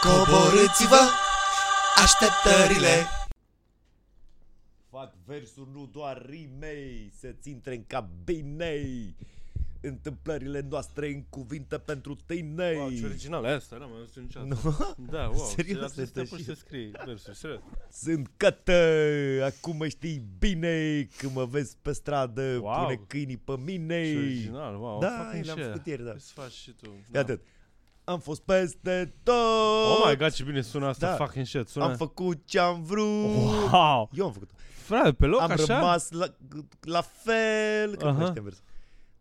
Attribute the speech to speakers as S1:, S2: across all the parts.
S1: Coborâți-vă așteptările
S2: Fac versuri, nu doar rimei, să-ți intre în cap binei. Întâmplările noastre în cuvinte pentru tine.
S3: Wow, ce original e asta, n-am mai auzit niciodată.
S2: Nu?
S3: Da, wow,
S2: Serios,
S3: serios, să
S2: este
S3: te apuci
S2: și-
S3: să scrii versuri, serios.
S2: Sunt cătă, acum mă știi bine Când mă vezi pe stradă,
S3: Wow.
S2: pune câinii pe mine
S3: Ce original, wow,
S2: Da,
S3: fucking
S2: l-am
S3: shit.
S2: făcut ieri, da.
S3: Trebuie Să faci și tu.
S2: Da. Atât. Am fost peste tot
S3: Oh my god, ce bine sună asta,
S2: Da.
S3: fucking shit, sună.
S2: Am făcut ce am vrut
S3: Wow!
S2: Eu am făcut
S3: Frate, pe loc
S2: Am
S3: așa?
S2: rămas la, la fel Că
S3: Aha.
S2: nu știu vers.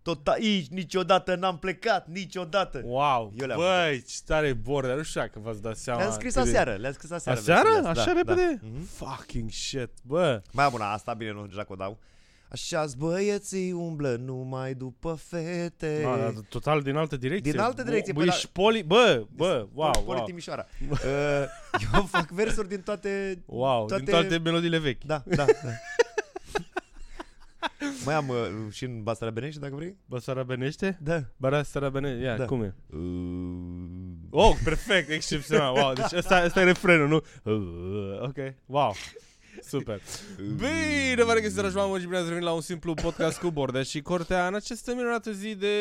S2: Tot aici, niciodată n-am plecat Niciodată
S3: Wow,
S2: Eu le-am
S3: băi, ce tare e Border, nu știu dacă v-ați dat seama.
S2: Le-am scris
S3: cât de-
S2: aseară, le-am scris aseară
S3: Aseară?
S2: versurile astea,
S3: Așa
S2: da,
S3: repede?
S2: Da. Mhm.
S3: Fucking shit, bă.
S2: Mai am una asta, bine, nu deja că o dau Așa băieții umblă numai după fete
S3: A, dar total din altă direcție.
S2: Din altă direcție,
S3: Bă,
S2: pe la-
S3: ești poli, bă, bă, wow,
S2: Poli
S3: wow.
S2: Timișoara. Uh, eu fac versuri din toate...
S3: Wow,
S2: Toate-
S3: din toate melodiile vechi.
S2: Da, da, da. Mai am uh, și în Basarabenești, dacă vrei?
S3: Bă, sarabenește?
S2: Da.
S3: Bara sarabenește, ia,
S2: Da.
S3: cum e?
S2: Uh,
S3: Oh, perfect, excepțional. Wow, deci ăsta, ăsta e refrenul, nu? Uh, Ok, wow. Super. Bine, vă regăsiți, dragi oameni, și bine ați revenit la un simplu podcast cu Bordea și Cortea în această minunată zi de...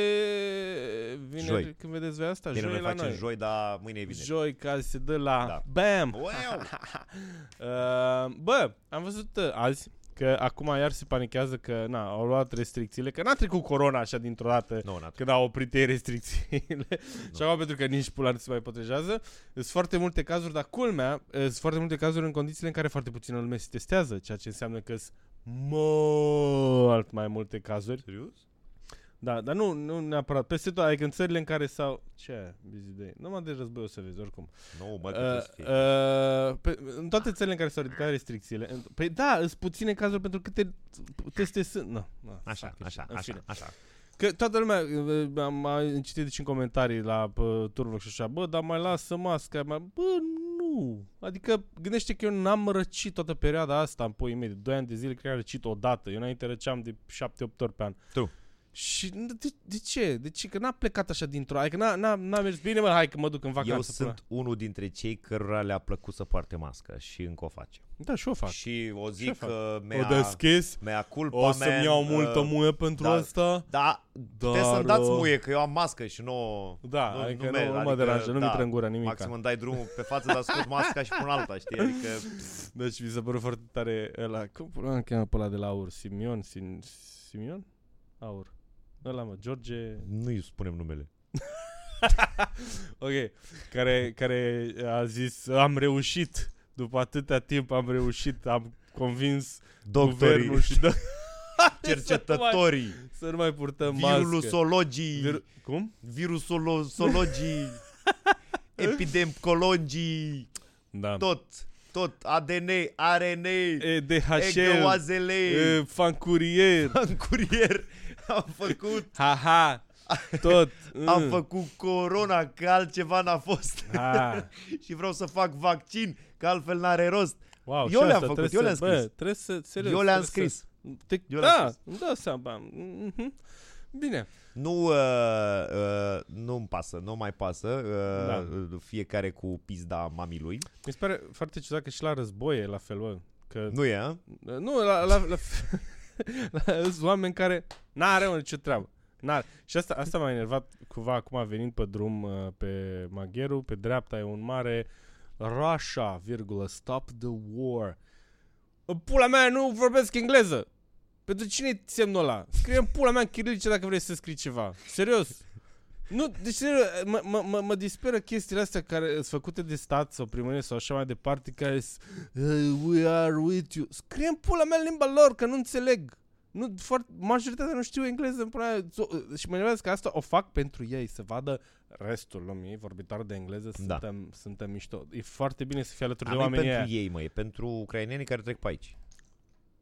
S3: Vineri,
S2: Joi.
S3: când vedeți voi asta?
S2: Bine, noi
S3: joi la
S2: facem
S3: noi.
S2: joi, dar mâine e vineri.
S3: Joi, care se dă la...
S2: Da.
S3: Bam!
S2: Wow!
S3: Uh, bă, am văzut uh, azi că acum iar se panichează că na, au luat restricțiile, că n-a trecut corona așa dintr-o dată
S2: Nu, n-a trecut.
S3: când au oprit ei restricțiile și acum pentru că nici pula nu se mai protejează, sunt foarte multe cazuri, dar culmea, uh, sunt foarte multe cazuri în condițiile în care foarte puțină lume se testează, ceea ce înseamnă că sunt mult mai multe cazuri.
S2: Serios?
S3: Da, dar nu, nu neapărat. Peste tot, adică în țările în care s-au... Ce? Busy day. Numai de război o să vezi, oricum.
S2: Nu, mă, trebuie să
S3: Uh,
S2: fie.
S3: uh, pe, în toate țările în care s-au ridicat restricțiile. în- Păi da, sunt puține cazuri pentru câte teste sunt. Nu, nu,
S2: Așa,
S3: fuck it,
S2: așa,
S3: în
S2: așa,
S3: fine.
S2: așa.
S3: Că toată lumea, uh, am am citit și în comentarii la uh, turnul și așa, bă, dar mai lasă masca, mai... bă, nu. Adică, gândește că eu n-am răcit toată perioada asta în puii mei, de 2 ani de zile, cred că am răcit odată. Eu înainte răceam de 7-8 ori pe an.
S2: True.
S3: Și de, de, ce? De ce? Că n-a plecat așa dintr-o... Adică n-a, n-a, n-a mers bine, mă, hai că mă duc în vacanță.
S2: Eu
S3: până-
S2: sunt unul dintre cei cărora le-a plăcut să poarte mască și încă o face.
S3: Da, și o fac.
S2: Și o
S3: Ce
S2: zic
S3: fac?
S2: că
S3: O
S2: mea,
S3: deschis,
S2: mea culpa,
S3: o să-mi
S2: man,
S3: iau
S2: uh,
S3: multă muie pentru
S2: da.
S3: asta.
S2: Da,
S3: Dar,
S2: puteți să-mi dați
S3: uh,
S2: muie, că eu am mască și nu...
S3: Da,
S2: nu,
S3: adică nu,
S2: merg,
S3: nu mă deranjează, nu-mi
S2: da,
S3: intră în gură nimica.
S2: Maxim îmi dai drumul pe față, dar scot masca și pun alta, știi? Adică,
S3: Deci mi s-a părut foarte tare ăla, cum pula mea îl cheamă pe ăla de la Aur? Simion? Sin, Simion? Aur. Ăla mă, George...
S2: nu-i spunem numele.
S3: Ok, care, care a zis, am reușit, după atâta timp am reușit, am convins
S2: Doctorii,
S3: guvernul și da,
S2: cercetătorii,
S3: să nu mai purtăm mască.
S2: virusologii,
S3: Vir-
S2: vir-
S3: cum?
S2: virusologii, epidemicologii,
S3: Da.
S2: tot, tot, ADN, ARN,
S3: E, DHL,
S2: egoazele,
S3: e, fancurier,
S2: în curier, am făcut,
S3: haha, tot.
S2: am
S3: mm.
S2: făcut corona, că altceva n-a fost.
S3: Ha.
S2: și vreau să fac vaccin, că altfel n-are rost.
S3: Wow,
S2: Eu
S3: și
S2: le-am
S3: asta
S2: făcut,
S3: trebuie
S2: eu le-am
S3: să-
S2: scris.
S3: Bă, trebuie să, serios,
S2: Eu le-am
S3: trebuie
S2: scris.
S3: Să, te,
S2: Eu le-am
S3: da, îmi dau seama. Mhm. Bine.
S2: Nu, uh, uh, nu-mi pasă, nu mai pasă, uh, da. fiecare cu pizda mamii lui.
S3: Mi se pare foarte ciudat că și la război e la fel, bă. Că,
S2: Nu e, a?
S3: nu, la, la, la, la, sunt oameni care n-are mă, nicio treabă. N-are. Și asta, asta m-a enervat cumva acum venind pe drum uh, pe Magheru, pe dreapta e un mare Russia, virgulă, stop the war. În Pula mea, nu vorbesc engleză. Pentru cine e semnul ăla? Scrie în pula mea în chirilice dacă vrei să scrii ceva. Serios. Nu, deci serios, mă, mă, mă, mă disperă chestiile astea care sunt făcute de stat sau primărie sau așa mai departe, care sunt "Hey, We are with you. Scrie în pula mea în limba lor, că nu înțeleg. Nu, foarte, majoritatea nu știu engleză în pula mea. So- Și mă enervează că asta o fac pentru ei, să vadă restul lumii vorbitor de engleză,
S2: Da.
S3: suntem, da. suntem mișto. E foarte bine să fii alături de
S2: Am
S3: oamenii
S2: pentru
S3: aia.
S2: ei, mă, e pentru ucrainenii care trec pe aici.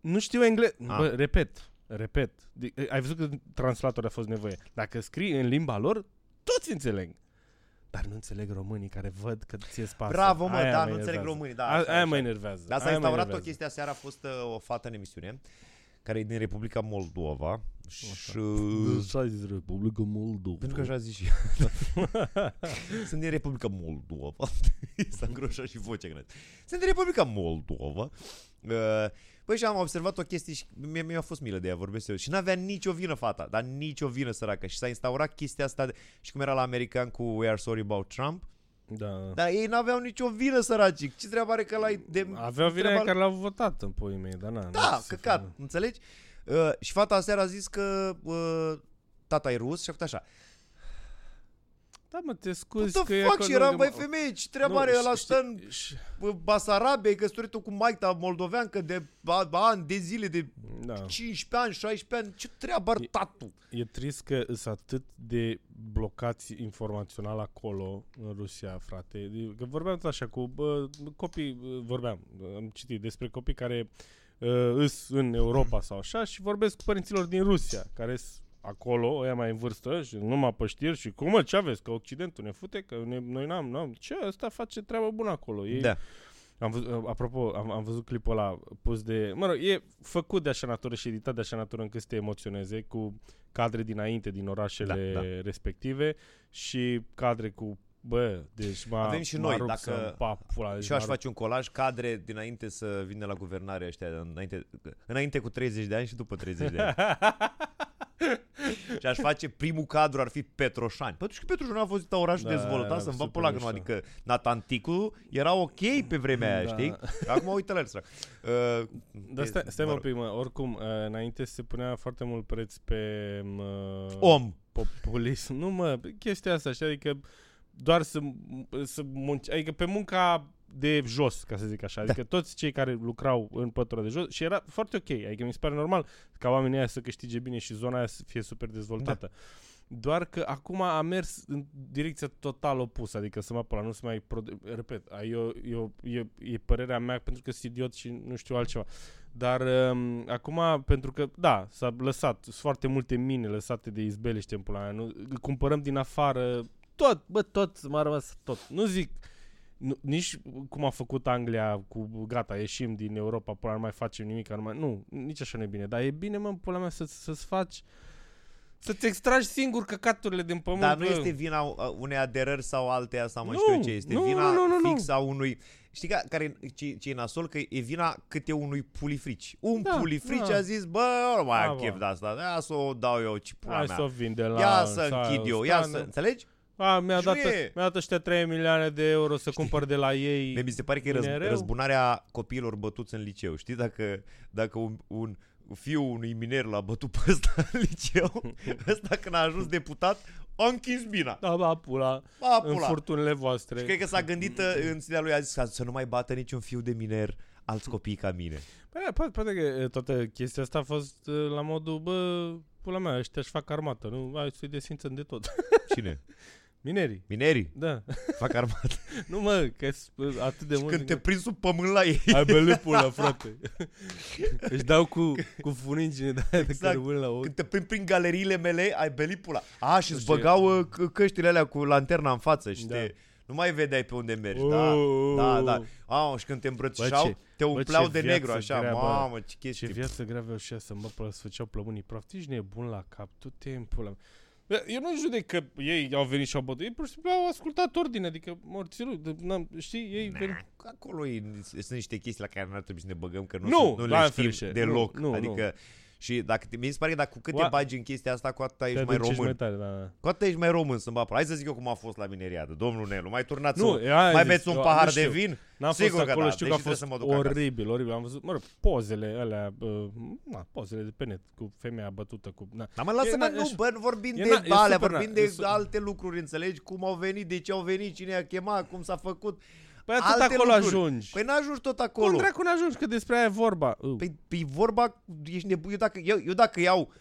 S3: Nu știu engleză.
S2: Ah.
S3: Bă, repet, repet. De- ai văzut că translator a fost nevoie. Dacă scrii în limba lor, toți înțeleg. Dar nu înțeleg românii care văd că ție spasă.
S2: Bravo, mă,
S3: Aia
S2: da,
S3: mă
S2: nu înțeleg
S3: enervează.
S2: românii, da.
S3: A-
S2: așa,
S3: aia
S2: așa.
S3: mă enervează.
S2: Dar s-a
S3: aia mă
S2: instaurat o
S3: enervează.
S2: chestie aseară, a fost uh, o fată în emisiune care e din Republica Moldova, Și...
S3: Așa a zis Republica Moldova.
S2: Pentru că așa zici și Sunt din Republica Moldova. S-a îngroșat și vocea gândește. Sunt din Republica Moldova. Uh, Băi, și am observat o chestie și mi- mi-a fost milă de ea, vorbesc eu. Și n-avea nicio vină fata, dar nicio vină săracă. Și s-a instaurat chestia asta, de... și cum era la american cu We Are Sorry About Trump,
S3: Da.
S2: dar ei n-aveau nicio vină săraci. Ce treabă are că l-ai... De...
S3: Aveau vina
S2: treaba-
S3: aia care l-au votat în puii mei, dar na.
S2: Da,
S3: nu se
S2: căcat,
S3: face.
S2: înțelegi? Uh, și fata aseară a zis că uh, tata e rus și a făcut așa.
S3: Da, mă, te scuzi
S2: What
S3: că
S2: the
S3: e
S2: fuck?
S3: acolo
S2: Și eram,
S3: lângă-
S2: băi, femeie, ce treabă
S3: Nu,
S2: are
S3: și-
S2: ăla
S3: știi-
S2: stă în uh,
S3: și-
S2: Basarabia, e căsătoritul cu Maita moldoveancă de a- ani, de zile, de
S3: Da.
S2: 15 ani, 16 ani, ce treabă are tatu?
S3: E trist că sunt atât de blocați informațional acolo, în Rusia, frate. E- Că vorbeam tot așa cu bă, copii, bă, vorbeam, bă, am citit despre copii care uh, îs în Europa sau așa și vorbesc cu părinților din Rusia, care sunt acolo, ăia mai în vârstă și numai pe știri și cum mă, ce aveți, că Occidentul ne fute, că ne, noi n-am, n-am, ce, ăsta face treabă bună acolo.
S2: Da.
S3: Ei, Am văzut, uh, apropo, am, am văzut clipul ăla pus de... Mă rog, e făcut de așa natură și editat de așa natură încât să te emoționeze cu cadre dinainte din orașele
S2: Da,
S3: da,
S2: da.
S3: da. respective și cadre cu... Bă, deci m-a,
S2: Avem și
S3: m-a
S2: noi,
S3: rupt
S2: dacă-
S3: să-mi Pap, pula, deci
S2: Și eu aș
S3: m-a rupt.
S2: face un colaj cadre dinainte să vină la guvernare ăștia, înainte, înainte cu 30 de ani și după 30 de ani. și aș face primul cadru ar fi Petroșani. Păi atunci când Petroșani a fost oraș da,
S3: Da,
S2: dezvoltat,
S3: era
S2: să-mi va
S3: super
S2: pula că nu,
S3: mișto.
S2: adică Natanticu era ok pe vremea aia,
S3: Da.
S2: știi? Acum uite la el, sărac. Uh,
S3: Dar stai,
S2: e-
S3: stai mă
S2: mă
S3: un
S2: rog.
S3: pic, mă, oricum, uh, înainte se punea foarte mult preț pe... Mă,
S2: Om.
S3: populism. Nu, mă, chestia asta, știi, adică doar să, să munci, adică pe munca de jos, ca să zic așa. Adică toți cei care lucrau în pătura de jos și era foarte ok. Adică mi se pare normal ca oamenii aia să câștige bine și zona aia să fie super dezvoltată. Doar că acum a mers în direcția total opusă, adică să mă apăla, nu se mai... produ- Repet, a- eu, eu, eu, e părerea mea pentru că sunt idiot și nu știu altceva. Dar um, acum, pentru că, da, s-a lăsat, sunt foarte multe mine lăsate de izbeliște în pula mea, nu, cumpărăm din afară, tot, bă, tot, m-a rămas tot. Nu zic, nu, nici cum a făcut Anglia cu gata, ieșim din Europa, până nu mai facem nimic, nu, mai, nu, nici așa nu e bine, dar e bine, mă, în pula mea, să, să-ți faci, să-ți extragi singur căcaturile din pământ.
S2: Dar nu
S3: bă.
S2: este vina uh, unei aderări sau alteia sau mai
S3: Nu,
S2: știu eu ce, este
S3: nu,
S2: vina
S3: nu, nu, nu.
S2: fix a unui... Știi ca, care, ce, ce e nasol? Că e vina câte unui pulifrici. Un da,
S3: Da,
S2: pulifrici
S3: da.
S2: a zis, bă, eu nu mai am
S3: Da,
S2: chef
S3: bă.
S2: de asta, ia să o dau eu, ce pula
S3: Hai să o
S2: mea.
S3: vin de la...
S2: Ia să
S3: sau
S2: închid eu, ia să...
S3: stană.
S2: Înțelegi?
S3: A, mi-a
S2: Și
S3: dat,
S2: nu e.
S3: mi-a dat ăștia 3 milioane de euro să cumpăr de la ei.
S2: Mie mi se pare că e
S3: Bine,
S2: răz,
S3: rău.
S2: răzbunarea copiilor bătuți în liceu. Știi, dacă, dacă un, un fiul unui miner l-a bătut pe ăsta în liceu, ăsta când a ajuns deputat, a închis mina.
S3: Da, ba, pula.
S2: A,
S3: În
S2: pula.
S3: furtunile voastre.
S2: Și cred că s-a gândit uh, în sinea lui, a zis "Să- să nu mai bată niciun fiu de miner alți copii ca mine.
S3: Păi, da, poate, poate că e, toată chestia asta a fost e, la modul, bă, pula mea, ăștia își fac armată, nu? Hai să-i desfințăm de tot.
S2: Cine?
S3: Minerii.
S2: Minerii.
S3: Da.
S2: Fac armată.
S3: Nu mă, că sunt atât de mult.
S2: Când te Da. prind sub pământ la ei.
S3: Ai bălâi pula, frate. Își dau cu, cu funingine de aia de
S2: Exact.
S3: cărbune la ochi.
S2: Când te prind prin galeriile mele, ai belit pula. A, și îți
S3: știu.
S2: băgau uh, c- căștile alea cu lanterna în față și
S3: Deci- Da.
S2: te... Nu mai vedeai pe unde mergi, da,
S3: Oh.
S2: da, da. A, și când te îmbrățișau,
S3: Bă, ce-
S2: te
S3: bă,
S2: umpleau
S3: ce
S2: de negru,
S3: viață
S2: așa,
S3: grea, bă.
S2: mamă, ce
S3: Ce
S2: chestii.
S3: viață gravă și să mă pula, să făceau plămânii praf. Tu ești nebun la cap, tu te în pula mea. Bă, Eu nu judec că ei au venit și au bătut, ei pur și simplu au ascultat ordine, adică morții lui, de- n-am- știi, ei...
S2: Păi, Acolo e, sunt niște chestii la care n-ar trebui să ne băgăm, că nu,
S3: Nu,
S2: sunt, nu le
S3: la
S2: știm
S3: ferește.
S2: deloc.
S3: Nu, nu,
S2: adică, și dacă te, mi se pare că dacă cu cât te
S3: Oa-
S2: bagi în chestia asta, cu atâta ești
S3: Te
S2: mai
S3: aducești
S2: român.
S3: tare, da, da.
S2: Cu atât ești mai român, să Hai să zic eu cum a fost la mineriadă. Domnul Nelu, mai turnați
S3: Nu,
S2: un,
S3: e, aia
S2: mai
S3: zis,
S2: beți un
S3: eu
S2: pahar
S3: nu
S2: de
S3: știu.
S2: vin?
S3: N-am
S2: Sigur
S3: fost
S2: că
S3: acolo,
S2: da,
S3: știu că
S2: deși
S3: a
S2: trebuie
S3: fost
S2: să mă duc acasă.
S3: oribil, oribil. Am văzut, mă rog, pozele alea, uh, na, pozele de pe net cu femeia bătută cu... Na.
S2: Dar mă lasă mă,
S3: E, na,
S2: nu,
S3: e-
S2: bă, nu vorbim
S3: e,
S2: de
S3: na, e
S2: alea,
S3: super, na,
S2: vorbim
S3: e
S2: de
S3: su-
S2: alte lucruri, înțelegi? Cum au venit, de ce au venit, cine a chemat, cum s-a făcut.
S3: Păi atât
S2: alte
S3: acolo
S2: lucruri.
S3: ajungi.
S2: Păi n-ajungi tot
S3: Cum
S2: acolo.
S3: dracu n-ajungi, că despre aia e vorba. Păi,
S2: Păi, păi vorba, ești nebun. Eu dacă, eu, eu dacă iau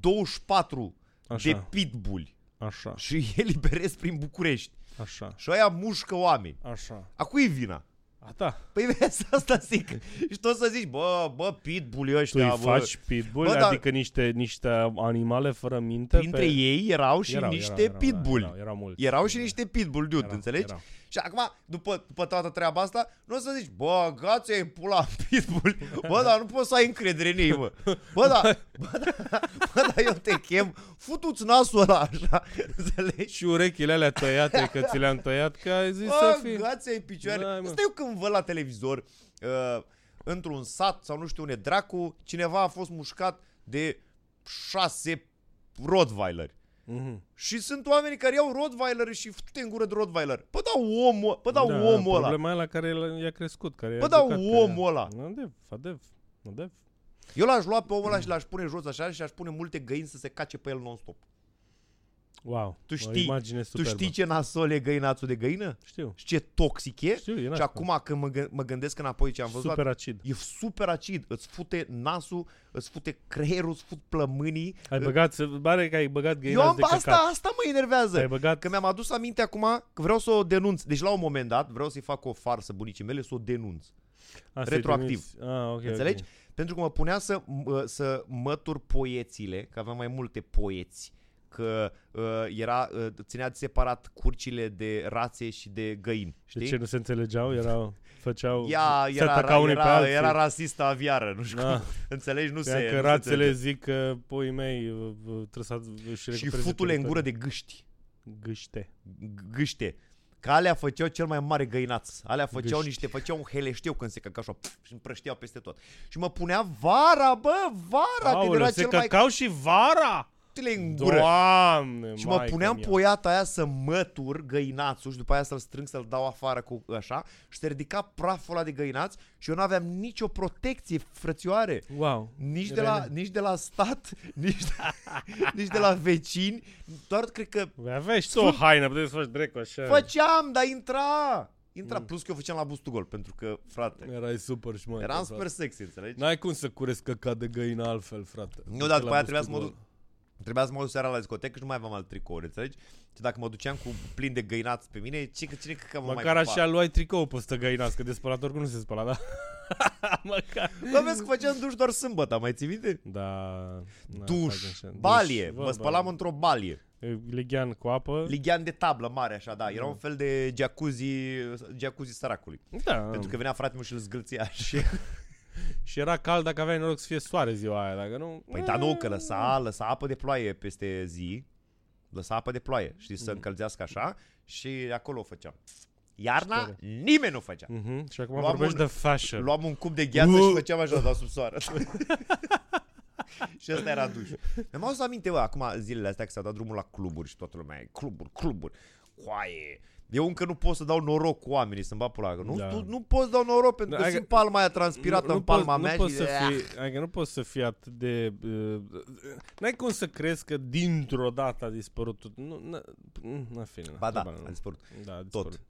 S2: 24
S3: Așa.
S2: de pitbull
S3: așa,
S2: și îi eliberez prin București
S3: așa,
S2: și aia mușcă oameni,
S3: așa.
S2: a cui e vina?
S3: A, da.
S2: Păi vezi, asta zic. Și tu o să zici, bă, bă, pitbull
S3: Tu
S2: ăștia,
S3: îi
S2: bă.
S3: faci pitbull,
S2: Bă, dar-
S3: adică niște, niște animale fără minte.
S2: Printre
S3: pe...
S2: ei erau și
S3: Erau,
S2: niște
S3: erau, erau, da,
S2: pitbull.
S3: Erau, erau mulți.
S2: Erau și niște pitbull, dude,
S3: Erau,
S2: înțelegi?
S3: erau.
S2: Și acum, după, după toată treaba asta, nu o să zici, bă, gați ai pula în pitbull. Bă, dar nu poți să ai încredere în ei, bă. Bă, da, bă, da, bă, da eu te chem, futu-ți nasul ăla așa, înțelegi?
S3: Și urechile alea tăiate, că ți le-am tăiat, că ai zis să
S2: Bă,
S3: fii.
S2: gați ai picioare.
S3: Da, mă.
S2: Asta eu când văd la televizor, uh, într-un sat sau nu știu unde, dracu, cineva a fost mușcat de șase Rottweileri.
S3: Mhm.
S2: Și sunt oameni care iau Rottweiler și fute în gură de Rottweiler. Bă, da omul, bă, da,
S3: Da,
S2: omul ăla.
S3: Problema e la care l- i-a crescut. Care
S2: Bă,
S3: i-a
S2: da,
S3: educat,
S2: omul
S3: care-
S2: ăla.
S3: Adev, adev, adev.
S2: Eu l-aș lua pe omul ăla și l-aș pune jos așa și aș pune multe găini să se cace pe el non-stop.
S3: Wow,
S2: Tu
S3: o
S2: știi-
S3: imagine superbă.
S2: Tu știi ce nasol e găinațul de găină?
S3: Știu,
S2: Și ce toxic e?
S3: știu, e
S2: și acum când mă, gă- mă gândesc înapoi ce am văzut,
S3: super acid.
S2: e super acid. Îți fute nasul, îți fute creierul, îți fut plămânii.
S3: Ai băgat, se pare că ai băgat
S2: Eu
S3: găina
S2: am
S3: de
S2: asta,
S3: căcat. Păi-
S2: asta mă enervează.
S3: Ai băgat
S2: Că mi-am adus aminte acum că vreau să o denunț. Deci la un moment dat vreau să-i fac o farsă bunicii mele să o denunț.
S3: A, să-i
S2: retroactiv.
S3: trimiți. Ah, ok,
S2: Înțelegi?
S3: ok.
S2: Pentru că mă punea să, mă- să mătur poețiile, că aveam mai multe poeți, că uh, era, uh, ținea separat curcile de rațe și de găini, știi?
S3: De ce nu se înțelegeau? Erau, făceau,
S2: Ea
S3: se
S2: era,
S3: atacau
S2: era,
S3: unii pe
S2: era,
S3: alții.
S2: era rasistă aviară, nu știu
S3: Da.
S2: cum, înțelegi? Nu se...
S3: Credeam că
S2: nu se
S3: rațele
S2: înțelege.
S3: zic că poii mei vă- vă- trebuie să și
S2: și
S3: recupereze
S2: futule în gură
S3: teritoriul.
S2: de gâști,
S3: Gâște.
S2: g- gâște. Că alea făceau cel mai mare găinaț. Alea făceau
S3: Gâști.
S2: niște, făceau un heleșteu când se căca așa pf, și împrășteau peste tot. Și mă punea vara, bă, vara, când
S3: Aoleu,
S2: era
S3: se
S2: cel mai
S3: căcau și vara!
S2: cutile în gură.
S3: Doamne,
S2: Și mă
S3: maică
S2: puneam
S3: mea.
S2: poiata aia să mătur găinațul și după aia să-l strâng, să-l dau afară cu așa și se ridica praful ăla de găinaț și eu n-aveam nicio protecție, frățioare.
S3: Wow.
S2: Nici de,
S3: Era
S2: la, nici de la stat, nici de, nici de la vecini, doar cred că
S3: Voi avea și tu o haină, puteți să faci drecu așa.
S2: făceam, dar intra. Intra,
S3: Mm.
S2: plus că eu făceam la bustugol, pentru că, frate,
S3: Erai super și mai
S2: eram super sexy, înțelegi?
S3: N-ai cum să curezi căcat de găină altfel, frate.
S2: Nu, dar după aia trebuia să mă duc Trebuia să mă duc seara la discotecă și nu mai aveam alt tricou, înțelegi? Și dacă mă duceam cu plin de găinați pe mine, ce, cine cred că mă mai
S3: Măcar
S2: pupa?
S3: așa luai tricou pe stă găina, că de spălat oricum nu se spăla, da? Măcar.
S2: Bă, vezi că făceam duș doar sâmbătă, mai ții minte?
S3: Da. na, fac
S2: Duș,
S3: așa. Duș,
S2: balie,
S3: bă,
S2: mă spălam
S3: bă.
S2: într-o balie
S3: Lighean cu apă.
S2: Lighean de tablă mare așa, da Era un fel de jacuzzi, jacuzzi săracului
S3: da.
S2: Pentru că venea fratele meu și îl zgâlția și...
S3: Și era cald dacă aveai noroc să fie soare ziua aia, dacă nu...
S2: Păi da, nu,
S3: Mm.
S2: că lăsa, lăsa apă de ploaie peste zi Lăsa apă de ploaie, știi,
S3: Mm.
S2: să încălzească așa Și acolo o făceam Iarna,
S3: Mișcare.
S2: nimeni nu o făcea
S3: Mhm, și acum
S2: Luam
S3: vorbești
S2: un-
S3: de fashion.
S2: Luam un cup de gheață
S3: Uh.
S2: și făceam așa, dar sub soară. și asta era duș. Mi-am adus aminte, bă, acum zilele astea că s-a dat drumul la cluburi și toată lumea e cluburi, cluburi, coaie. Eu încă nu pot să dau noroc cu oamenii, să-mi bat pula. că Nu,
S3: Da.
S2: da. nu pot să dau noroc pentru că
S3: Da,
S2: da,
S3: hai
S2: sunt
S3: că-
S2: palma aia transpirată în palma
S3: poți-
S2: mea
S3: nu poți
S2: și... "Ah."
S3: să fii, adică nu poți să fii atât de... Uh, n-ai cum să crezi că dintr-o dată a dispărut tot. Nu, n-a, n-a fine.
S2: Ba da,
S3: habar n-am.
S2: a dispărut.
S3: Da, a dispărut.
S2: Tot.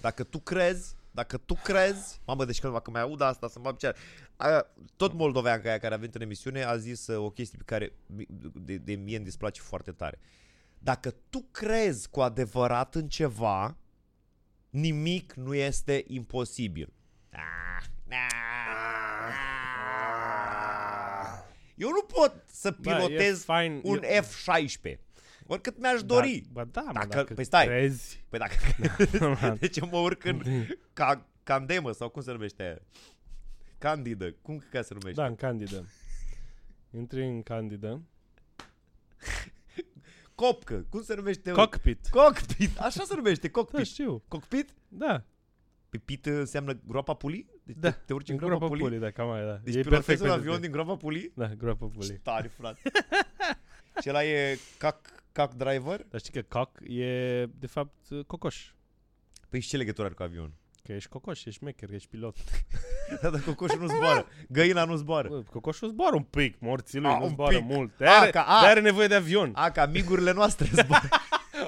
S2: Dacă tu crezi, dacă tu crezi, mamă, deci când dacă mai aud asta, să-mi fac picioare. A, Tot moldovean ca aia care a venit în emisiune a zis uh, o chestie pe care mi- de, de mie îmi displace foarte tare. Dacă tu crezi cu adevărat în ceva, nimic nu este imposibil. Ah, ah, ah. Eu nu pot să
S3: Ba, Da, e
S2: pilotez
S3: fain,
S2: un
S3: e-
S2: F-16. Oricât mi-aș dori.
S3: Da, ba da, mă,
S2: Dacă-
S3: dacă,
S2: păi stai.
S3: crezi...
S2: Păi dacă... de ce Deci mă urc în ca, candemă sau cum se numește aia? Candidă. Cum că se numește?
S3: Da, în candidă. Intri în candidă.
S2: Păi- Copcă. Cum se numește?
S3: Cockpit.
S2: Cockpit. Așa se numește.
S3: Da,
S2: Cockpit.
S3: știu.
S2: Cockpit?
S3: Da,
S2: Pe pit uh, înseamnă groapa pulii? Deci
S3: Da.
S2: te, te urci în,
S3: în
S2: groapa,
S3: groapa
S2: pulii?
S3: pulii, da, cam aia, da.
S2: Deci
S3: E
S2: pilotezi
S3: perfect
S2: un
S3: pentru
S2: avion
S3: tine.
S2: din groapa pulii?
S3: Da, groapa pulii.
S2: Tare, frate. și ăla e cac, cac driver?
S3: Dar știi că cock e, de fapt, cocoș.
S2: Păi și ce legătură are cu avionul?
S3: Că ești cocoș, ești mecher, ești pilot.
S2: Da, dar cocoșul nu zboară. Găina nu zboară.
S3: Bă, cocoșul zboară un pic, morții lui,
S2: A,
S3: nu
S2: Păi. Ah, un
S3: zboară
S2: pic.
S3: mult. De
S2: A,
S3: are,
S2: ca- ah. a.
S3: de are nevoie de avion.
S2: A, ca migurile noastre zboară.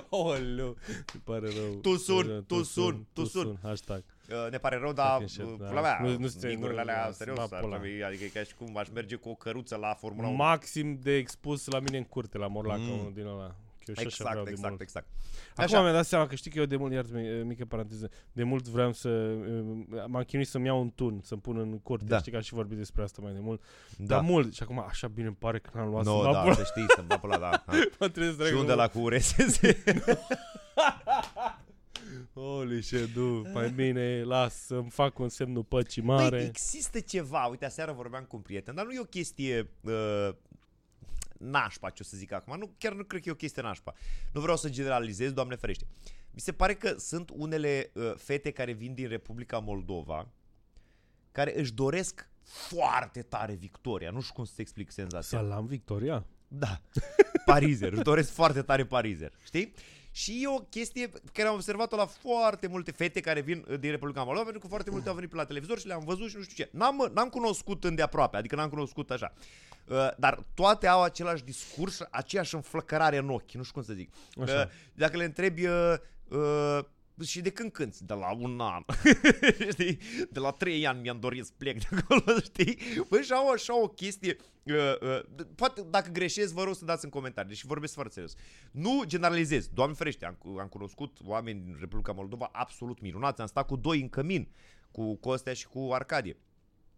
S3: Oleu, îmi pare rău. Păi, da,
S2: Tu sun,
S3: Îmi pare rău,
S2: tu sun, tu sun.
S3: Hashtag.
S2: Uh, ne pare rău, dar
S3: Fucking shit,
S2: uh,
S3: da.
S2: pula mea,
S3: Nu-
S2: nu,
S3: nu
S2: nu
S3: se-
S2: migurile
S3: nu-
S2: alea,
S3: nu-
S2: serios,
S3: ba,
S2: ar
S3: pula.
S2: trebui, adică e ca și cum aș merge cu o căruță la Formula 1.
S3: Maxim de expus la mine în curte, la Morlaca,
S2: Mm.
S3: unul din ăla. Că eu și așa vreau
S2: Exact,
S3: de
S2: exact,
S3: mult.
S2: exact.
S3: Acum
S2: Așa.
S3: mi-am dat seama că știi că eu de mult, iar mică paranteză, de mult vreau să, uh, m-am chinuit să-mi iau un tun, să-mi pun în curte,
S2: Da.
S3: știi că aș fi vorbit despre asta mai de mult,
S2: Da.
S3: dar mult, și acum așa bine îmi pare că n-am luat
S2: No,
S3: să
S2: da, să știi, să-mi da pula, da. Ha.
S3: mă trebuie să trec
S2: Și
S3: de
S2: unde
S3: mult.
S2: la cu URSS?
S3: Holy shit, du, mai Păi bine, las să-mi fac un semnul păcii mare.
S2: Păi există ceva, uite, aseară vorbeam cu un prieten, dar nu e o chestie uh, nașpa, ce o să zic acum, nu, chiar nu cred că e o chestie nașpa. Nu vreau să generalizez, doamne ferește. Mi se pare că sunt unele uh, fete care vin din Republica Moldova, care își doresc foarte tare victoria. Nu știu cum să-ți explic senzația.
S3: Salam Victoria.
S2: Da. Parizer. Își doresc foarte tare Parizer. Știi? Și e o chestie pe care am observat-o la foarte multe fete care vin uh, din Republica Moldova, pentru că foarte multe au venit pe la televizor și le-am văzut și nu știu ce. N-am, n-am cunoscut îndeaproape, adică n-am cunoscut așa. Uh, Dar toate au același discurs, aceeași înflăcărare în ochi, nu știu cum să zic.
S3: Așa.
S2: Uh, Dacă le întrebi uh, uh, și de când cânti? De la un an. știi? De la trei ani mi-am dorit să plec de acolo, știi? Păi și au așa o chestie... Uh, uh, d- poate dacă greșesc, vă rog să dați în comentarii, deși vorbesc foarte serios. Nu generalizez, doamne ferește, am, cu- am cunoscut oameni din Republica Moldova absolut minunați, am stat cu doi în cămin, cu Costea și cu Arcadie.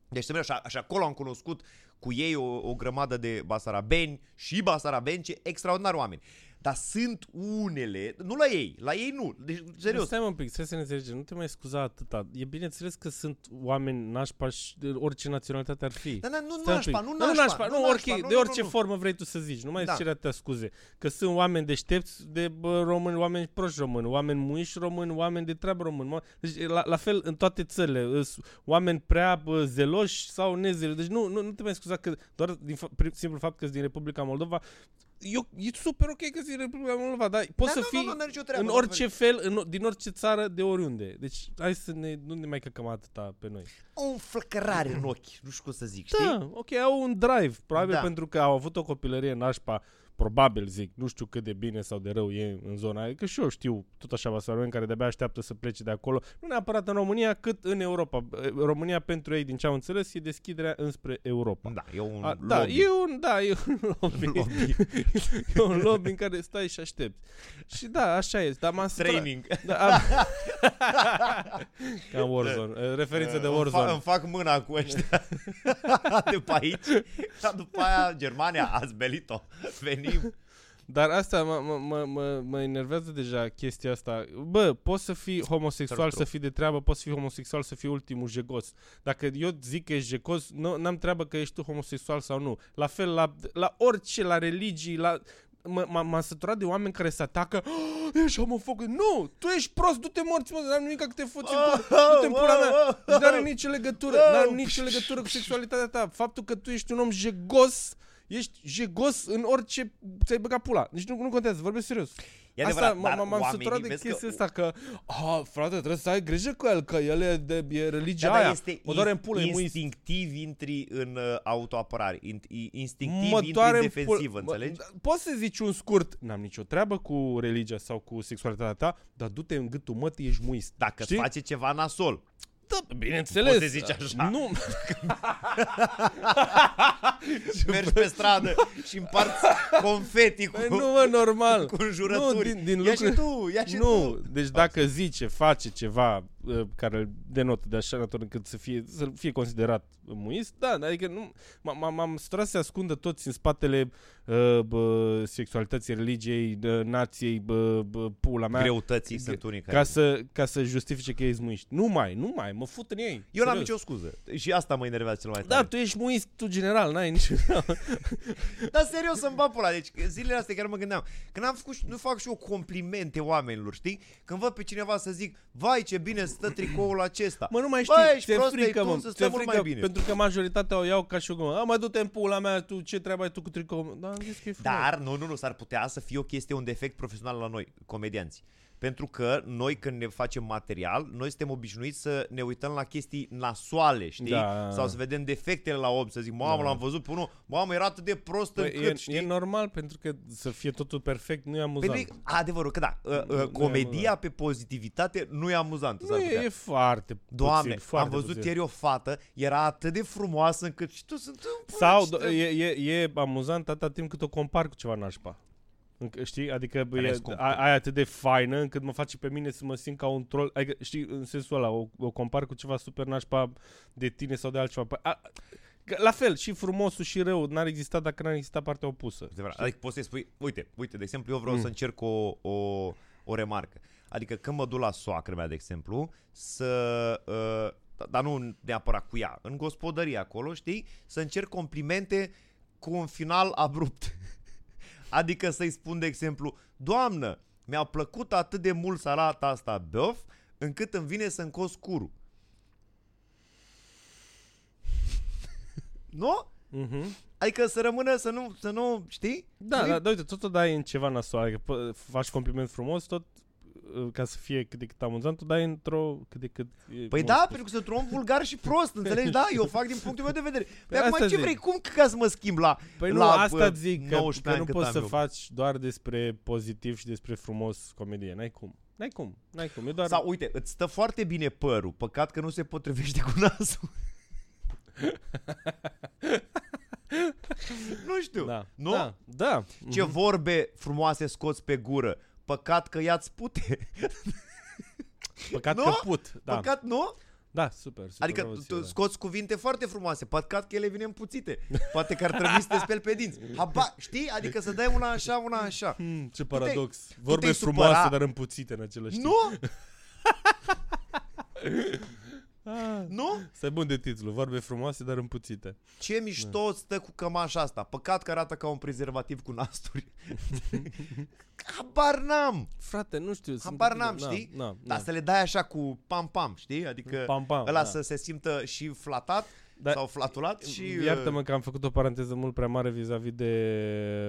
S2: Deci să așa, așa acolo am cunoscut cu ei o, o grămadă de basarabeni și basarabence, extraordinar oameni. Dar sunt unele, nu la ei, la ei nu, deci serios.
S3: Stai mă un pic, stai să ne înțelegem, nu te mai scuza atâta. E bineînțeles că sunt oameni nașpa și de orice naționalitate ar fi.
S2: Da, da, nu
S3: Stai un
S2: nașpa,
S3: pic.
S2: nu
S3: nu
S2: nașpa,
S3: nu, orice,
S2: nu,
S3: de
S2: nu,
S3: orice
S2: nu.
S3: formă vrei tu să zici, nu mai
S2: Da.
S3: da. atâtea scuze. Că sunt oameni deștepți de bă, români, oameni proști români, oameni muiși români, oameni de treabă români. mo- Deci la, la fel în toate țările, îs oameni prea bă, zeloși sau nezele. Deci nu, nu, nu te mai scuza că doar din fa- prim- simplul fapt că ești din Republica Moldova, eu, e super ok că ești din Republica Moldova, dar poți
S2: Da,
S3: să
S2: nu,
S3: fii
S2: nu, nu, n-are nicio treabă,
S3: în
S2: doamne
S3: orice fel, în, din orice țară, de oriunde. Deci hai să ne, nu ne mai căcăm atâta pe noi.
S2: O înflăcărare în ochi, nu știu cum să zic, știi?
S3: Da, ok, au un drive, probabil
S2: Da.
S3: da. pentru că au avut o copilărie nașpa, probabil zic, nu știu cât de bine sau de rău e în zona aia, că și eu știu tot așa vasarmeni care de-abia așteaptă să plece de acolo, nu neapărat în România, cât în Europa. România pentru ei, din ce am înțeles, e deschiderea înspre Europa.
S2: Da, e un
S3: A, da,
S2: lobby.
S3: e un, da, e un lobby.
S2: Lobby.
S3: e un lobby în care stai și aștepți. Și da, așa e. Dar m-am săturat-
S2: Training.
S3: Da, am... Ca în Warzone. Eh, Referință de
S2: Îmi Da. fa-
S3: Warzone.
S2: Îmi fac mâna cu ăștia de pe aici. Dar după aia Germania, ați belit-o. Venim.
S3: Dar asta mă, mă, mă, mă, mă enervează deja chestia asta. Bă, poți să fii homosexual,
S2: Sărut
S3: să fii de treabă, poți să fii homosexual, să fii ultimul jegos. Dacă eu zic că ești jegos, nu, n-am treabă că ești tu homosexual sau nu. La fel, la, la orice, la religii, la... Mă- m- M-am săturat de oameni care se atacă "Oh, Ești homofob Nu, tu ești prost, du-te morți mă N-am nimic că te fuți în
S2: Oh,
S3: cu... Du-te în pula
S2: oh,
S3: mea
S2: oh,
S3: Deci n-are
S2: oh.
S3: nicio legătură
S2: Oh.
S3: N-are nicio legătură cu sexualitatea ta Faptul că tu ești un om jegos Ești jegos în orice Ți-ai băgat pula Deci nu, nu contează, vorbesc serios
S2: E
S3: Asta
S2: adevărat,
S3: m-
S2: dar
S3: m- m-am
S2: oamenii
S3: săturat de
S2: vezi că-
S3: chestia asta Că, a, frate, trebuie să ai grijă cu el Că el e, de, e religia
S2: Da, dar
S3: aia
S2: este
S3: Mă doare în
S2: inst-
S3: pulă, e muist
S2: instinctiv intri în uh, autoapărare, in- i- instinctiv
S3: mă
S2: intri
S3: doare
S2: în
S3: în
S2: defensivă,
S3: pul-
S2: înțelegi?
S3: Mă, poți să zici un scurt, n-am nicio treabă cu religia sau cu sexualitatea ta, dar du-te în gâtul mătii, ești muist.
S2: Dacă îți
S3: Știi?
S2: face ceva nasol,
S3: Da, bineînțeles.
S2: poți să zici așa.
S3: Nu,
S2: mergi pe stradă și împarți confeti cu...
S3: Păi nu, mă, normal.
S2: cu înjurături.
S3: Nu, din, din
S2: Ia
S3: lucruri...
S2: și tu, ia și
S3: nu,
S2: tu.
S3: deci dacă zice, face ceva uh, care îl denotă de așa natură încât să fie, să fie considerat muist, da, adică nu, m- m- m-am săturat să se ascundă toți în spatele uh, bă, sexualității, religiei, uh, nației, bă, bă, pula mea.
S2: Greutății sunt unii care...
S3: Ca să, ca să justifice că ești muist. Nu mai, nu mai, mă fut în ei.
S2: Eu n-am
S3: serios.
S2: nicio scuză. Și asta mă enervează cel mai
S3: Da,
S2: tare.
S3: tu ești muist, tu general, n-ai nicio...
S2: Dar serios să-mi bat pula. Deci zilele astea chiar mă gândeam. Când am făcut, și- nu fac și eu complimente oamenilor, știi? Când văd pe cineva să zic, vai ce bine stă tricoul acesta.
S3: Mă, nu mai știi,
S2: Bă, ești
S3: ți-e
S2: prost,
S3: frică,
S2: tu,
S3: mă,
S2: să stă
S3: ți-e
S2: mult
S3: frică,
S2: mai bine.
S3: pentru că majoritatea o iau ca și o gumă. A, mai du-te în pula mea, tu ce treabă ai tu cu tricou? mă? Da, am zis că e frumos.
S2: Dar, nu, nu, nu, s-ar putea să fie o chestie, un defect profesional la noi, comedianți. Pentru că noi când ne facem material, noi suntem obișnuiți să ne uităm la chestii nasoale, știi?
S3: Da.
S2: Sau să vedem defectele la om, să zic, mamă, l-am văzut pe unul, mamă, era atât de prost
S3: Bă,
S2: Păi, încât,
S3: Păi, e, e,
S2: știi? Păi,
S3: normal pentru că să fie totul perfect nu e amuzant.
S2: Pentru că, adevărul că da, uh, uh,
S3: Nu e
S2: comedia
S3: amuzant.
S2: pe pozitivitate nu e amuzantă.
S3: nu
S2: s-ar putea.
S3: e, e foarte puțin,
S2: Doamne,
S3: foarte
S2: am văzut
S3: puțin.
S2: ieri o fată, era atât de frumoasă încât și tu sunt un
S3: Sau
S2: băiește.
S3: do- e, e, e amuzant atâta timp cât o compar cu ceva nașpa. Încă, știi? Adică bă,
S2: Care
S3: e,
S2: sunt cum-
S3: a, aia atât de faină încât mă face pe mine să mă simt ca un troll. Adică, știi, în sensul ăla, o, o compar cu ceva super nașpa de tine sau de altceva. Păi, a, că, la fel, și frumosul și rău n-ar exista dacă n-ar exista partea opusă.
S2: Adevărat. Adică poți să-i spui, uite, uite, de exemplu, eu vreau mm. să încerc o, o, o remarcă. Adică când mă duc la soacră mea, de exemplu, să... Uh, da- dar nu neapărat cu ea, în gospodărie acolo, știi, să încerc complimente cu un final abrupt. Adică să-i spun, de exemplu, Doamnă, mi-a plăcut atât de mult salata asta băf, încât îmi vine să-mi cos curul. Nu?
S3: Mhm.
S2: Adică să rămână, să nu, să nu știi?
S3: Da, da, da, uite, tot o dai în ceva nasoal, că pă- faci compliment frumos, tot uh, ca să fie cât de cât amuzant, tu dai într-o cât de cât... e,
S2: Păi
S3: mult-
S2: da, pentru că sunt un om vulgar și prost, înțelegi? Da, eu fac din punctul meu de vedere. Păi acum
S3: asta
S2: ce
S3: zic.
S2: vrei? Cum ca să mă schimb la
S3: Păi nu,
S2: la,
S3: asta
S2: bă,
S3: zic, că,
S2: 19
S3: că
S2: ani
S3: nu
S2: cât
S3: poți
S2: am
S3: să
S2: eu.
S3: faci doar despre pozitiv și despre frumos comedie, n-ai cum. N-ai cum, n-ai cum, e doar...
S2: Sau uite, îți stă foarte bine părul, păcat că nu se potrivește cu nasul. nu știu.
S3: da.
S2: Nu?
S3: Da, da.
S2: Ce vorbe frumoase scoți pe gură. Păcat că ia-ți pute.
S3: Păcat
S2: Nu?
S3: că put, da.
S2: Păcat nu?
S3: Da, super, super.
S2: Adică
S3: bravo,
S2: tu
S3: Ție, da.
S2: scoți cuvinte foarte frumoase, păcat că ele vin împuțite. Poate că ar trebui să te speli pe dinți. Haba, știi? Adică să dai una așa, una așa.
S3: Mm, ce
S2: te-ai-
S3: paradox.
S2: tu
S3: Vorbe
S2: te-ai
S3: frumoase,
S2: supăra.
S3: dar împuțite în același timp.
S2: Nu?
S3: Ah,
S2: Nu?
S3: Stai bun de titlu, vorbe frumoase, dar împuțite.
S2: Ce mișto
S3: Da.
S2: stă cu cămașa asta. Păcat că arată ca un prezervativ cu nasturi. Habar n-am.
S3: Frate, nu știu. sunt- Da,
S2: Habar n-am,
S3: na,
S2: știi?
S3: Na, na.
S2: Dar să le dai așa cu pam-pam, știi? Adică
S3: Pam-pam,
S2: ăla
S3: da.
S2: să se simtă și flatat
S3: Dar-
S2: sau flatulat și... uh,
S3: Mm, Iartă-mă că am făcut o paranteză mult prea mare vis-a-vis de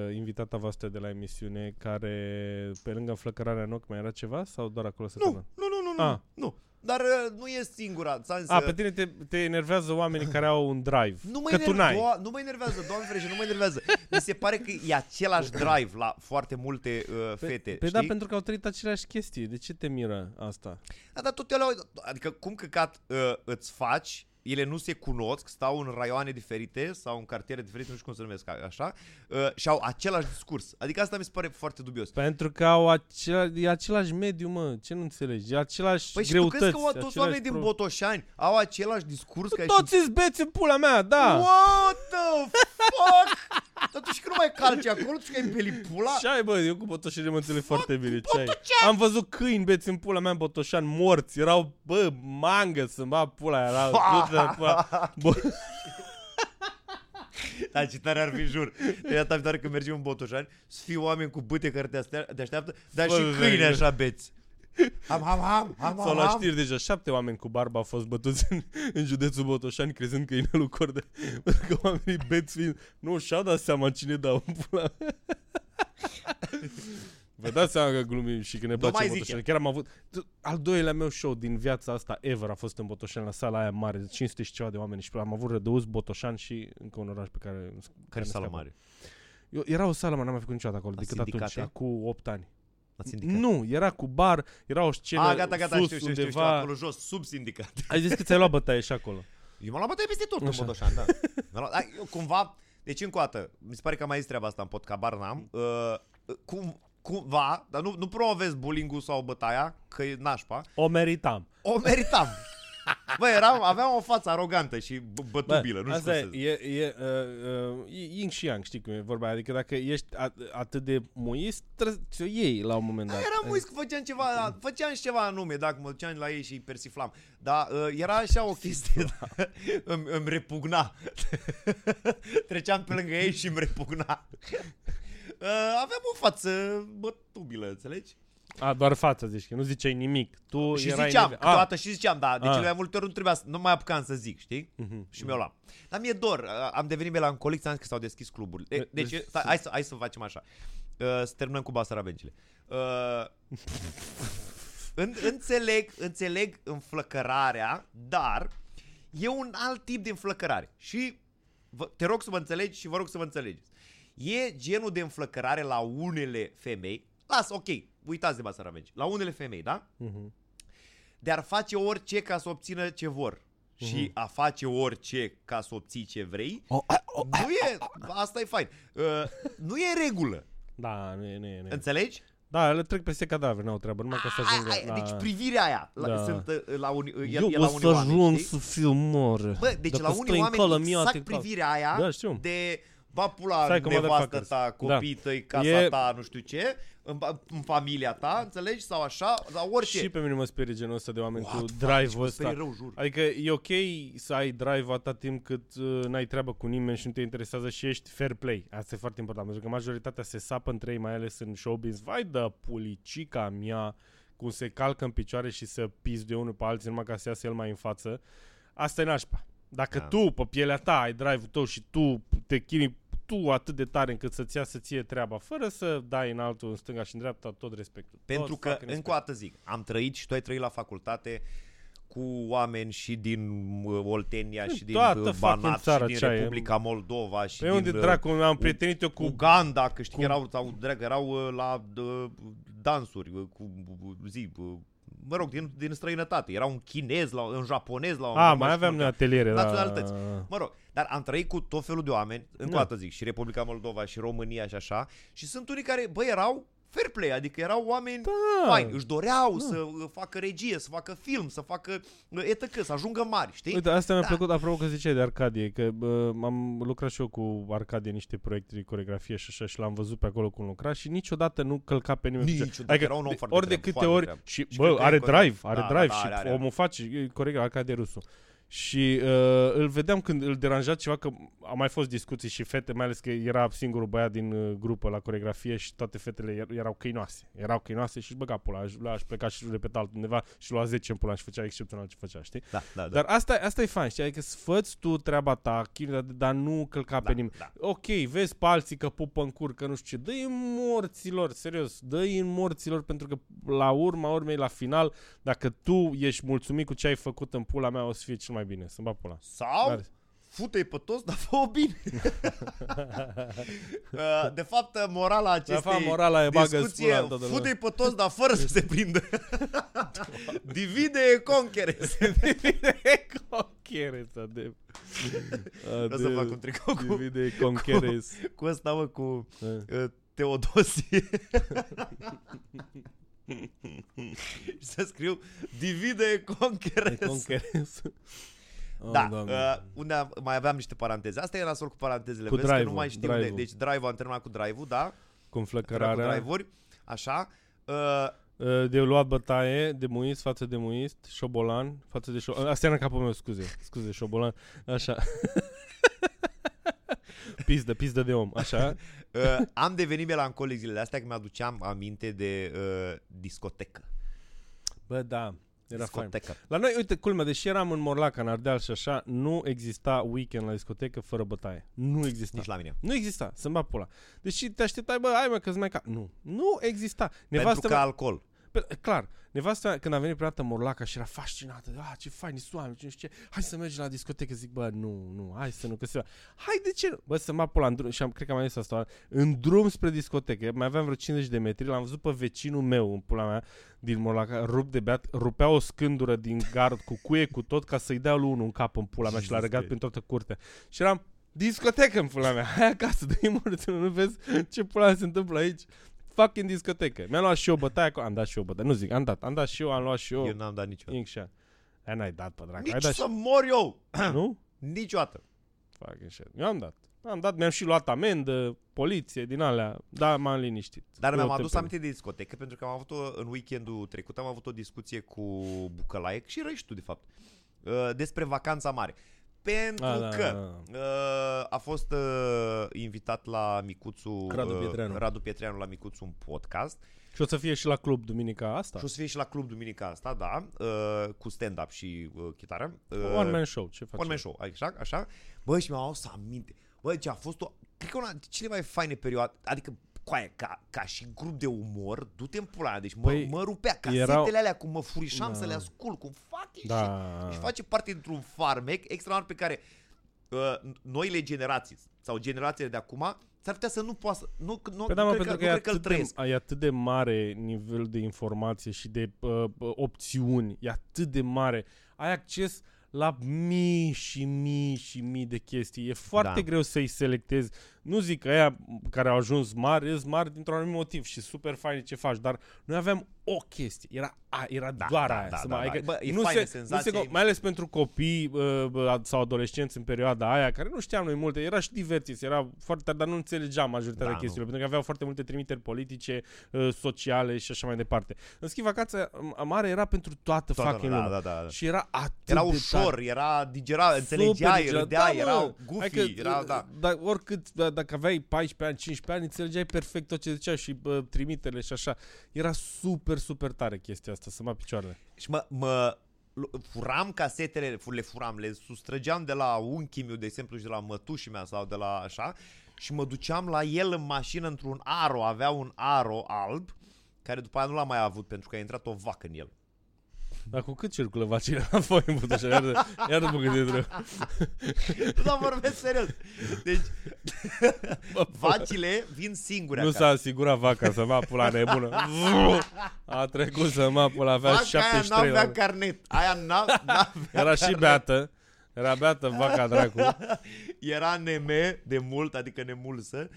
S3: uh, invitata voastră de la emisiune, care pe lângă flăcărarea în ochi mai era ceva sau doar acolo să
S2: Nu, nu, nu, nu, nu.
S3: Ah.
S2: nu. Dar uh, nu e singura. Ți-am zis,
S3: A,
S2: uh,
S3: pe tine te, te enervează oamenii care au un drive.
S2: Nu mă,
S3: că tu
S2: enerve,
S3: n-ai.
S2: do- nu mă enervează, doamne ferește, nu mă enervează. Mi se pare că e același drive la foarte multe uh,
S3: Pe-
S2: fete,
S3: Pe
S2: știi?
S3: da, pentru că au trăit aceleași chestii. De ce te miră asta?
S2: Da, dar tot ele au... Adică cum căcat uh, îți faci, ele nu se cunosc, stau în raioane diferite sau în cartiere diferite, nu știu cum se numesc a- așa, uh, și au același discurs. Adică asta mi se pare foarte dubios.
S3: Pentru că au acela, e același mediu, mă. Ce nu înțelegi? E același
S2: Păi și tu
S3: greutăți.
S2: crezi că o- toți
S3: același
S2: oamenii din
S3: pro-
S2: Botoșani au același discurs? ca și...
S3: Toți îți beți în pula mea, da.
S2: What the fuck? Dar tu și că nu mai calci acolo, tu și că ai pelipula?
S3: Ce ai, bă? Eu cu Botoșani mă înțeleg foarte bine. Ce ai? Am văzut câini beți în pula mea în Botoșani morți. Erau, bă, mangă să mă pula. Erau, du-te, pula. Bo-
S2: Da, citare ar fi jur. De data viitoare când mergem în Botoșani, să fii oameni cu bâte care te, astea- te așteaptă, dar
S3: Bă,
S2: și câini
S3: da,
S2: așa beți. Ham, ham, ham, ham,
S3: Sau
S2: ham,
S3: la
S2: ham.
S3: știri deja, șapte oameni cu barbă au fost bătuți în, în județul Botoșani crezând că e lui Cordea. Pentru că oamenii beți fiind, nu și-au dat seama cine dau în pula. Vă dați seama că glumim și că ne place
S2: mai
S3: Botoșani. Chiar am avut... tu- Al doilea meu show din viața asta ever a fost în Botoșani, la sala aia mare, de 500 și ceva de oameni. Și am avut Rădăuz, Botoșani și încă un oraș pe care...
S2: Care
S3: ne
S2: sală
S3: scapă.
S2: mare?
S3: Eu, era o sală, mă, n-am mai făcut niciodată acolo,
S2: La
S3: decât
S2: sindicate?
S3: atunci, cu 8 ani.
S2: La sindicat?
S3: Nu, era cu bar, era o scenă
S2: Ah, gata, gata,
S3: sus,
S2: știu, știu, știu, știu,
S3: undeva...
S2: acolo jos, sub sindicat.
S3: Ai zis că ți-ai luat bătaie și acolo.
S2: Eu m-am luat bătaie peste tot
S3: Așa.
S2: în Botoșani, da. M-am luat- Ai, eu cumva, deci încă o dată, mi se pare că am mai zis treaba asta în podcast, bar n-am, uh, cum, cumva, dar nu, nu promovez bullying sau bătaia, că e nașpa,
S3: O meritam.
S2: o meritam. Bă, eram, aveam o față arogantă și b- bătubilă, nu știu
S3: asta
S2: cum
S3: e,
S2: să zic.
S3: e, e, uh, uh, e yin și yang, știi cum e vorba. Adică dacă ești at- atât de muist, trebuie să o iei la un moment dat.
S2: Eram uis că făceam ceva, da, făceam și ceva anume, dacă mă duceam la ei și îi persiflam. Dar uh, era așa o chestie, da, îmi, îmi repugna. Treceam pe lângă ei și îmi repugna. Uh, aveam o față bătubilă, înțelegi?
S3: A, doar fața zici, că nu ziceai nimic. Tu
S2: Și
S3: erai
S2: ziceam,
S3: neve-
S2: câteodată și ziceam, da, de
S3: Ah.
S2: cele mai multe ori nu trebuia să, nu mai apucam să zic, știi? Și mi-o luam. Dar mi-e dor, uh, am devenit melancolic, ți-am zis că s-au deschis cluburile.
S3: De-
S2: De- Deci,
S3: deci-
S2: stai, hai, să, hai să facem așa. Uh, Să terminăm cu basarabencile. Uh, în, înțeleg, înțeleg înflăcărarea, dar e un alt tip de înflăcărare. Și vă, te rog să mă înțelegi și vă rog să mă înțelegeți. E genul de înflăcărare la unele femei. Las, ok, uitați de basarabenci. La unele femei, da?
S3: Mhm.
S2: de ar face orice ca să obțină ce vor. Și a face orice ca să obții ce vrei, nu e, asta e fain, uh, nu e regulă,
S3: Da, nu e, nu e, nu e.
S2: înțelegi?
S3: Da, le trec peste cadavre, n-au treabă, numai ca să ajungă.
S2: Ai- ai-
S3: la-
S2: deci privirea aia, la,
S3: Da.
S2: sunt uh, la uni, e,
S3: Eu
S2: e
S3: o
S2: la unii
S3: să
S2: oameni,
S3: ajung
S2: știi?
S3: să fiu mor.
S2: Bă, deci
S3: Dacă
S2: la
S3: stai
S2: unii
S3: în cală,
S2: oameni
S3: mie te
S2: exact
S3: cal.
S2: privirea aia
S3: Da, știu.
S2: de ba pula
S3: Stai că mă
S2: nevastă
S3: fac
S2: ta,
S3: cărți. Da.
S2: copii tăi, casa
S3: E-
S2: ta, nu știu ce, în, ba- în familia ta, înțelegi? Sau așa, sau orice.
S3: Și pe mine mă sperie genul ăsta de oameni
S2: What,
S3: cu
S2: fuck,
S3: drive-ul
S2: Îți pare
S3: ăsta.
S2: rău, jur.
S3: Adică e ok să ai drive atâta timp cât uh, n-ai treabă cu nimeni și nu te interesează și ești fair play. Asta e foarte important, pentru că majoritatea se sapă între ei, mai ales în showbiz. Vai de pulicica mea, cum se calcă în picioare și să pis de unul pe alții numai ca să iasă el mai în față. Asta e nașpa. Dacă
S2: Da.
S3: tu, pe pielea ta, ai drive-ul tău și tu te chinui tu atât de tare încât să-ți iasă ție treaba, fără să dai în altul, în stânga și în dreapta, tot respectul.
S2: Pentru
S3: tot
S2: că,
S3: fucking
S2: încă o dată zic, am trăit și tu ai trăit la facultate cu oameni și din uh, Oltenia și din
S3: toată
S2: uh,
S3: fucking
S2: Banat
S3: țara
S2: și
S3: ce
S2: din
S3: ai.
S2: Republica Moldova și
S3: Pe
S2: din
S3: unde
S2: uh,
S3: dracu am prietenit eu
S2: cu
S3: cu
S2: Uganda, că știi
S3: cu-
S2: că erau, sau, drag, erau uh, la uh, dansuri, uh, cu uh, zi, uh, mă rog, din, din străinătate. Era un chinez, la, un japonez la un
S3: A, Ah, mai aveam noi ateliere, da.
S2: naționalități. Mă rog, dar am trăit cu tot felul de oameni, încă o
S3: Da.
S2: dată zic, și Republica Moldova și România și așa, și sunt unii care, bă, erau fair play, adică erau oameni
S3: Da.
S2: faini, își doreau să uh, facă regie, să facă film, să facă uh, etăcă, să ajungă mari, știi?
S3: Uite, asta mi-a
S2: Da.
S3: plăcut, apropo că ziceai de Arcadie, că bă, am lucrat și eu cu Arcadie niște proiecte de coregrafie și așa și l-am văzuzut pe acolo cum lucra și niciodată nu călca pe nimeni. pe picioare.
S2: Niciodată, era un om
S3: de-
S2: foarte
S3: ori de
S2: treab,
S3: câte
S2: foarte
S3: ori
S2: treab.
S3: și,
S2: Și
S3: bă,
S2: cred că
S3: are
S2: e corect.
S3: drive, are
S2: Da,
S3: drive
S2: da,
S3: și
S2: are, are.
S3: omul face, e corect, Arcadie Rusu. Și uh, îl vedeam când îl deranja ceva că au mai fost discuții și fete, mai ales că era singurul băiat din uh, grupă la coregrafie și toate fetele er- erau căinoase. Erau căinoase și își băga pula, aș, aș pleca și repeta altundeva și lua 10 în pula și făcea excepțional ce făcea, știi?
S2: Da, da, da.
S3: Dar asta, asta e fain, știi? Adică făți tu treaba ta, chinuie, dar- dar nu călca
S2: da,
S3: pe nimeni.
S2: da.
S3: Ok, vezi pe alții că pupă în cur, că nu știu ce, dă-i în morților, serios, dă-i în morților, pentru că la urma urmei, la final, dacă tu ești mulțumit cu ce ai făcut în pula mea, o să fie cel mai bine, să-mi bag pula.
S2: Sau
S3: Dar-
S2: fute-i pe toți, dar fă-o bine. Uh, de fapt, uh, morala acestei
S3: fapt, morala e bagă-ți pula
S2: discuție,
S3: în toată lumea.
S2: fute-i pe toți, dar fără să se prindă. Divide e conquere.
S3: Conchere, să de...
S2: Vreau să fac un tricou cu,
S3: Divide conchere.
S2: cu ăsta, mă, cu uh, Teodosie. Și să scriu Divide e conquere.
S3: Conchere. Oh,
S2: Da, uh, unde am- mai aveam niște paranteze. Asta e nasol cu parantezele,
S3: Cu
S2: vezi că nu
S3: drive-ul,
S2: mai știu unde.
S3: drive-ul.
S2: Deci drive-ul am terminat cu drive-ul, da?
S3: Cu
S2: Era cu
S3: înflăcărarea.
S2: drive-uri, așa. Uh,
S3: De luat bătaie de muist față de muist, șobolan față de șobolan. Asta era în capul meu, scuze. Scuze, șobolan. Așa. pizdă, pizdă de om, așa.
S2: uh, am devenit melancolic zilele astea că mi-aduceam aminte de uh, discotecă.
S3: Bă, da, era fain. Da.
S2: discotecă.
S3: La noi, uite, culmea, deși eram în Morlaca, în Ardeal și așa, nu exista weekend la discotecă fără bătaie. Nu exista.
S2: Nici la mine.
S3: Nu exista, să-mi bat pula. Deși te așteptai, bă, hai mă, că mai ca... Nu, nu exista.
S2: Pentru că
S3: mea-
S2: alcool.
S3: Pe, clar, nevasta mea, când a venit prima dată în Morlaca și era fascinată, ah, ce faini sunt oameni, ce nu știu ce, hai să mergem la discotecă, zic, bă, nu, nu, hai să nu, că se va. Hai, de ce nu? Bă, să mă apă la în drum, și am, cred că am mai zis asta, în drum spre discotecă, mai aveam vreo 50 de metri, l-am văzut pe vecinul meu, în pula mea, din Morlaca, rup de beat, rupea o scândură din gard cu cuie, cu tot, ca să-i dea lui unul în cap în pula mea și l-a
S2: Jesus
S3: regat
S2: Christ.
S3: prin toată curtea. Și eram, discotecă în pula mea, hai acasă, dă-i morți, nu vezi ce pula mea se întâmplă aici fucking discotecă. Mi-am luat și eu bătaia cu... Am dat și eu bătaia. Nu zic, am dat. Am dat și eu, am luat și eu.
S2: Eu n-am dat niciodată.
S3: Incșa. Aia n-ai dat pe dracu. Ai
S2: Nici
S3: dat
S2: să mor eu.
S3: și... Nu?
S2: Niciodată.
S3: Fucking shit. Eu am dat. Am dat, mi-am și luat amendă, poliție, din alea. Da, m-am liniștit.
S2: Dar
S3: Eu
S2: mi-am
S3: te
S2: adus
S3: pun.
S2: aminte de discotecă pentru că am avut o, în weekendul trecut am avut o discuție cu Bucălaic și Răiști tu, de fapt, uh, despre vacanța mare. Pentru
S3: A,
S2: a,
S3: da,
S2: că
S3: da,
S2: uh, a fost uh, invitat la Micuțu
S3: Radu
S2: uh,
S3: Pietreanu.
S2: Radu Pietreanu la Micuțu un podcast
S3: Și o să fie și la club duminica asta.
S2: și o să fie și la club duminica asta, da, uh, cu stand-up și uh, chitară. Uh,
S3: One man show, ce faci?
S2: One man show, așa, așa. Bă, și mi-am să aminte. Bă, ce a fost o... Cred că una dintre cele mai faine perioade, adică coaie, ca, ca și grup de umor, du-te în pula mea, deci mă,
S3: Păi,
S2: păi, mă rupea casetele
S3: erau-
S2: alea, cum mă furișam
S3: Da.
S2: să le ascult, cum fac ei și,
S3: Da.
S2: și face parte dintr-un farmec extraordinar pe care uh, noile generații sau generațiile de acum s-ar putea să nu poată, să- nu, nu,
S3: Păi
S2: nu,
S3: da, mă,
S2: cred,
S3: pentru
S2: că,
S3: că,
S2: nu
S3: e,
S2: cred că îl
S3: atât de,
S2: trăiesc.
S3: e atât de mare nivel de informație și de uh, opțiuni, e atât de mare. Ai acces la mii și mii și mii de chestii. E foarte
S2: Da.
S3: greu să-i selectezi Nu zic că aia care au ajuns mari, sunt mari dintr-un anumit motiv și super fain ce faci, dar noi aveam o chestie, era, a, era da, doar
S2: da,
S3: aia.
S2: da,
S3: să
S2: da,
S3: mă-
S2: da.
S3: adică
S2: Bă, e
S3: nu
S2: faină
S3: se, nu se,
S2: senzația,
S3: co-
S2: e-
S3: mai ales pentru copii uh, bă, sau adolescenți în perioada aia, care nu știam noi multe, era și divertis, era foarte tare, dar nu înțelegeam majoritatea
S2: Da, nu.
S3: chestiilor, pentru că aveau foarte multe trimiteri politice, uh, sociale și așa mai departe. În schimb, vacanța uh, mare era pentru toată,
S2: Toată-
S3: fucking
S2: da,
S3: lumea.
S2: da, da, da.
S3: Și era atât
S2: Era
S3: de
S2: ușor,
S3: tare.
S2: era digera, înțelegeai,
S3: Super,
S2: râdeai,
S3: da,
S2: era
S3: mă.
S2: goofy, era, da.
S3: Dar oricât, da, dacă aveai 14 ani, 15 ani, înțelegeai perfect tot ce zicea și bă, trimitele și așa. Era super, super tare chestia asta, să mă picioarele.
S2: Și mă, mă lu- furam casetele, fu- le furam, le sustrăgeam de la unchiul meu, de exemplu, și de la mătușii mea sau de la așa și mă duceam la el în mașină într-un aro, avea un aro alb care după aia nu l-a mai avut pentru că a intrat o vacă în el.
S3: Dar cu cât circulă vacile la voi în Budușa? Iar, iar nu mă gândesc rău.
S2: Nu, dar vorbesc serios. Deci, vacile vin singure
S3: Nu
S2: acasă.
S3: s-a asigurat vaca să mă pula nebună. A trecut să mă pula, avea
S2: Vaca aia
S3: 73 la
S2: n-avea
S3: mână.
S2: carnet. Aia n-a- n-avea
S3: Era și beată. Era beată vaca dracu.
S2: Era neme de mult, adică nemulsă.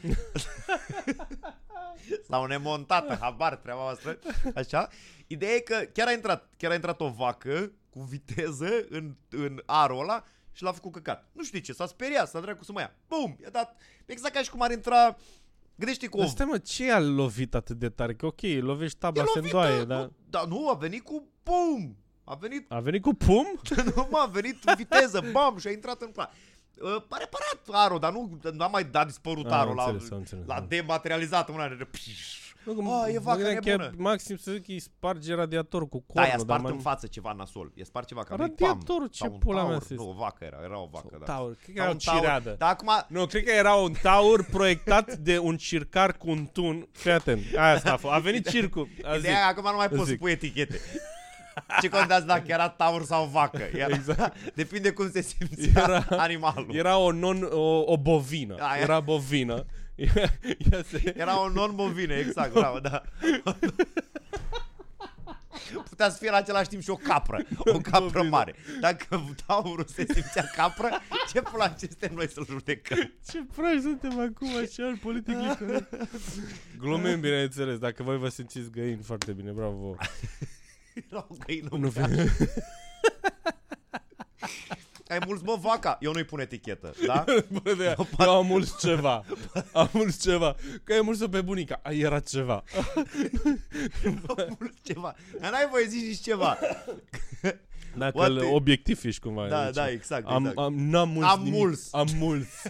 S2: Sau nemontată, habar treaba voastră. Așa. Ideea e că chiar a intrat, chiar a intrat o vacă cu viteză în, în arul ăla și l-a făcut căcat. Nu știu de ce, s-a speriat, s-a dracu să mă ia. Bum, i-a dat exact ca și cum ar intra... Gândește cu o...
S3: Dar stai mă, ce a lovit atât de tare? Că ok, lovești
S2: E
S3: tabla, se
S2: lovită,
S3: îndoaie, dar...
S2: nu, dar nu, a venit cu bum. A venit
S3: A venit cu pum?
S2: Nu, mă, a venit în viteză, bam, și a intrat în plan. Uh, a reparat arul, dar nu nu a mai dat dispărut
S3: Am
S2: arul. L-a,
S3: înțeles, am înțeles,
S2: l-a
S3: da.
S2: dematerializat în una de... Pșș. Ah, e
S3: mă
S2: vaca
S3: gândeam că
S2: nebună.
S3: Maxim Suzuki sparge radiatorul cu
S2: Da,
S3: cornul.
S2: i-a spart
S3: dar
S2: în față ceva nasol. I-a spart ceva ca
S3: Radiatorul, ce pula mea să-i-
S2: Nu, o vacă era, era o vacă, da.
S3: Taur, cred că
S2: Sau
S3: era o
S2: un taur.
S3: cireadă.
S2: Dar acum,
S3: Nu, cred că era un taur proiectat de un circar cu un tun. Fii atent, aia s-a fă- A venit circul. A zis.
S2: ideea e, acum nu mai poți să
S3: zic.
S2: pui etichete. Ce contează dacă era taur sau vacă? Era, exact. Depinde cum se simțea
S3: Era-
S2: animalul. Era,
S3: Era o, non, o, o bovină.
S2: Aia.
S3: Era bovină. Ia- ia se-
S2: era o non-bovine, exact, bravo, da. Putea să fie la același timp și o capră, o capră mare. Dacă taurul se simțea capră, ce pula ce suntem noi să-l judecăm?
S3: Ce proști suntem acum, așa, în politic corect. Glumim, bineînțeles, dacă voi vă simțiți găini, foarte bine, bravo vouă.
S2: Era o găină
S3: Nu
S2: uriașă. Ai mulți, mă, vaca. Eu nu-i pun etichetă, da?
S3: Bă, de eu am mult ceva. Am mult ceva. Că ai mult pe bunica. Ai era ceva.
S2: Mulți ceva. Dar n-ai voie zici nici ceva.
S3: Dacă
S2: Poate-
S3: îl obiectiv ești cumva.
S2: Da,
S3: deci,
S2: da, exact,
S3: Am,
S2: exact.
S3: am, n-am mulți
S2: Am
S3: nimic.
S2: mulți.
S3: Am mulți.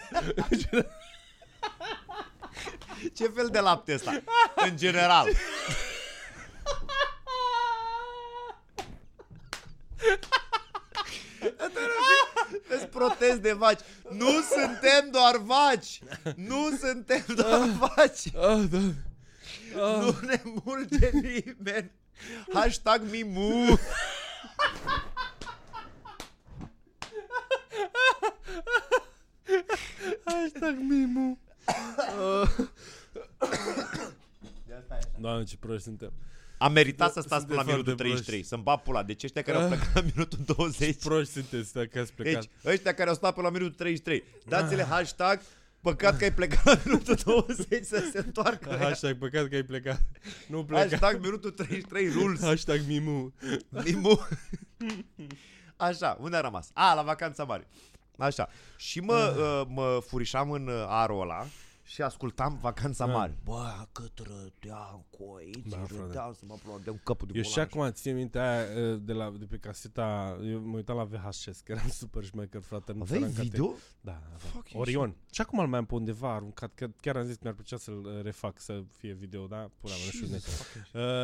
S2: Ce fel de lapte ăsta? În general. Îți protest de vaci. Nu suntem doar vaci. Nu suntem doar vaci.
S3: ah, da. Ah,
S2: Nu ne mulge nimeni. Hashtag Mimu.
S3: hashtag mimu. Doamne, ce proști suntem.
S2: Am meritat să stați
S3: Suntem
S2: până la minutul
S3: Da, foarte Ah.
S2: 33. Să-mi bat pula. Deci ăștia care au plecat la minutul 20.
S3: Proști sunteți dacă ați plecat.
S2: Deci, ăștia care au stat până la minutul 33, dați-le
S3: Ah.
S2: hashtag Păcat că ai plecat la minutul 20 să se întoarcă. Hashtag,
S3: Hashtag păcat că ai plecat. Nu pleca.
S2: hashtag minutul 33 rules.
S3: Hashtag mimu.
S2: Mimu. Așa, unde a rămas? A, la vacanța mare. Așa. Și mă,
S3: Ah.
S2: uh, mă furișam în uh, arul ăla și ascultam vacanța
S3: Ah.
S2: mare. Bă, cât râdeam cu aici,
S3: Da,
S2: da,
S3: frate.
S2: râdeam să mă plodem capul de
S3: Eu și
S2: bolan.
S3: acum țin minte aia uh, de, la, de pe caseta, eu mă uitam la VHS, că eram super șmecher, frate. nu
S2: Aveai
S3: țăram cate-
S2: video?
S3: Da, da.
S2: Fucking
S3: Orion. Și acum îl mai am pe undeva aruncat, că chiar am zis că mi-ar plăcea să-l uh, refac, să fie video, da? Pula mea, nu știu unde.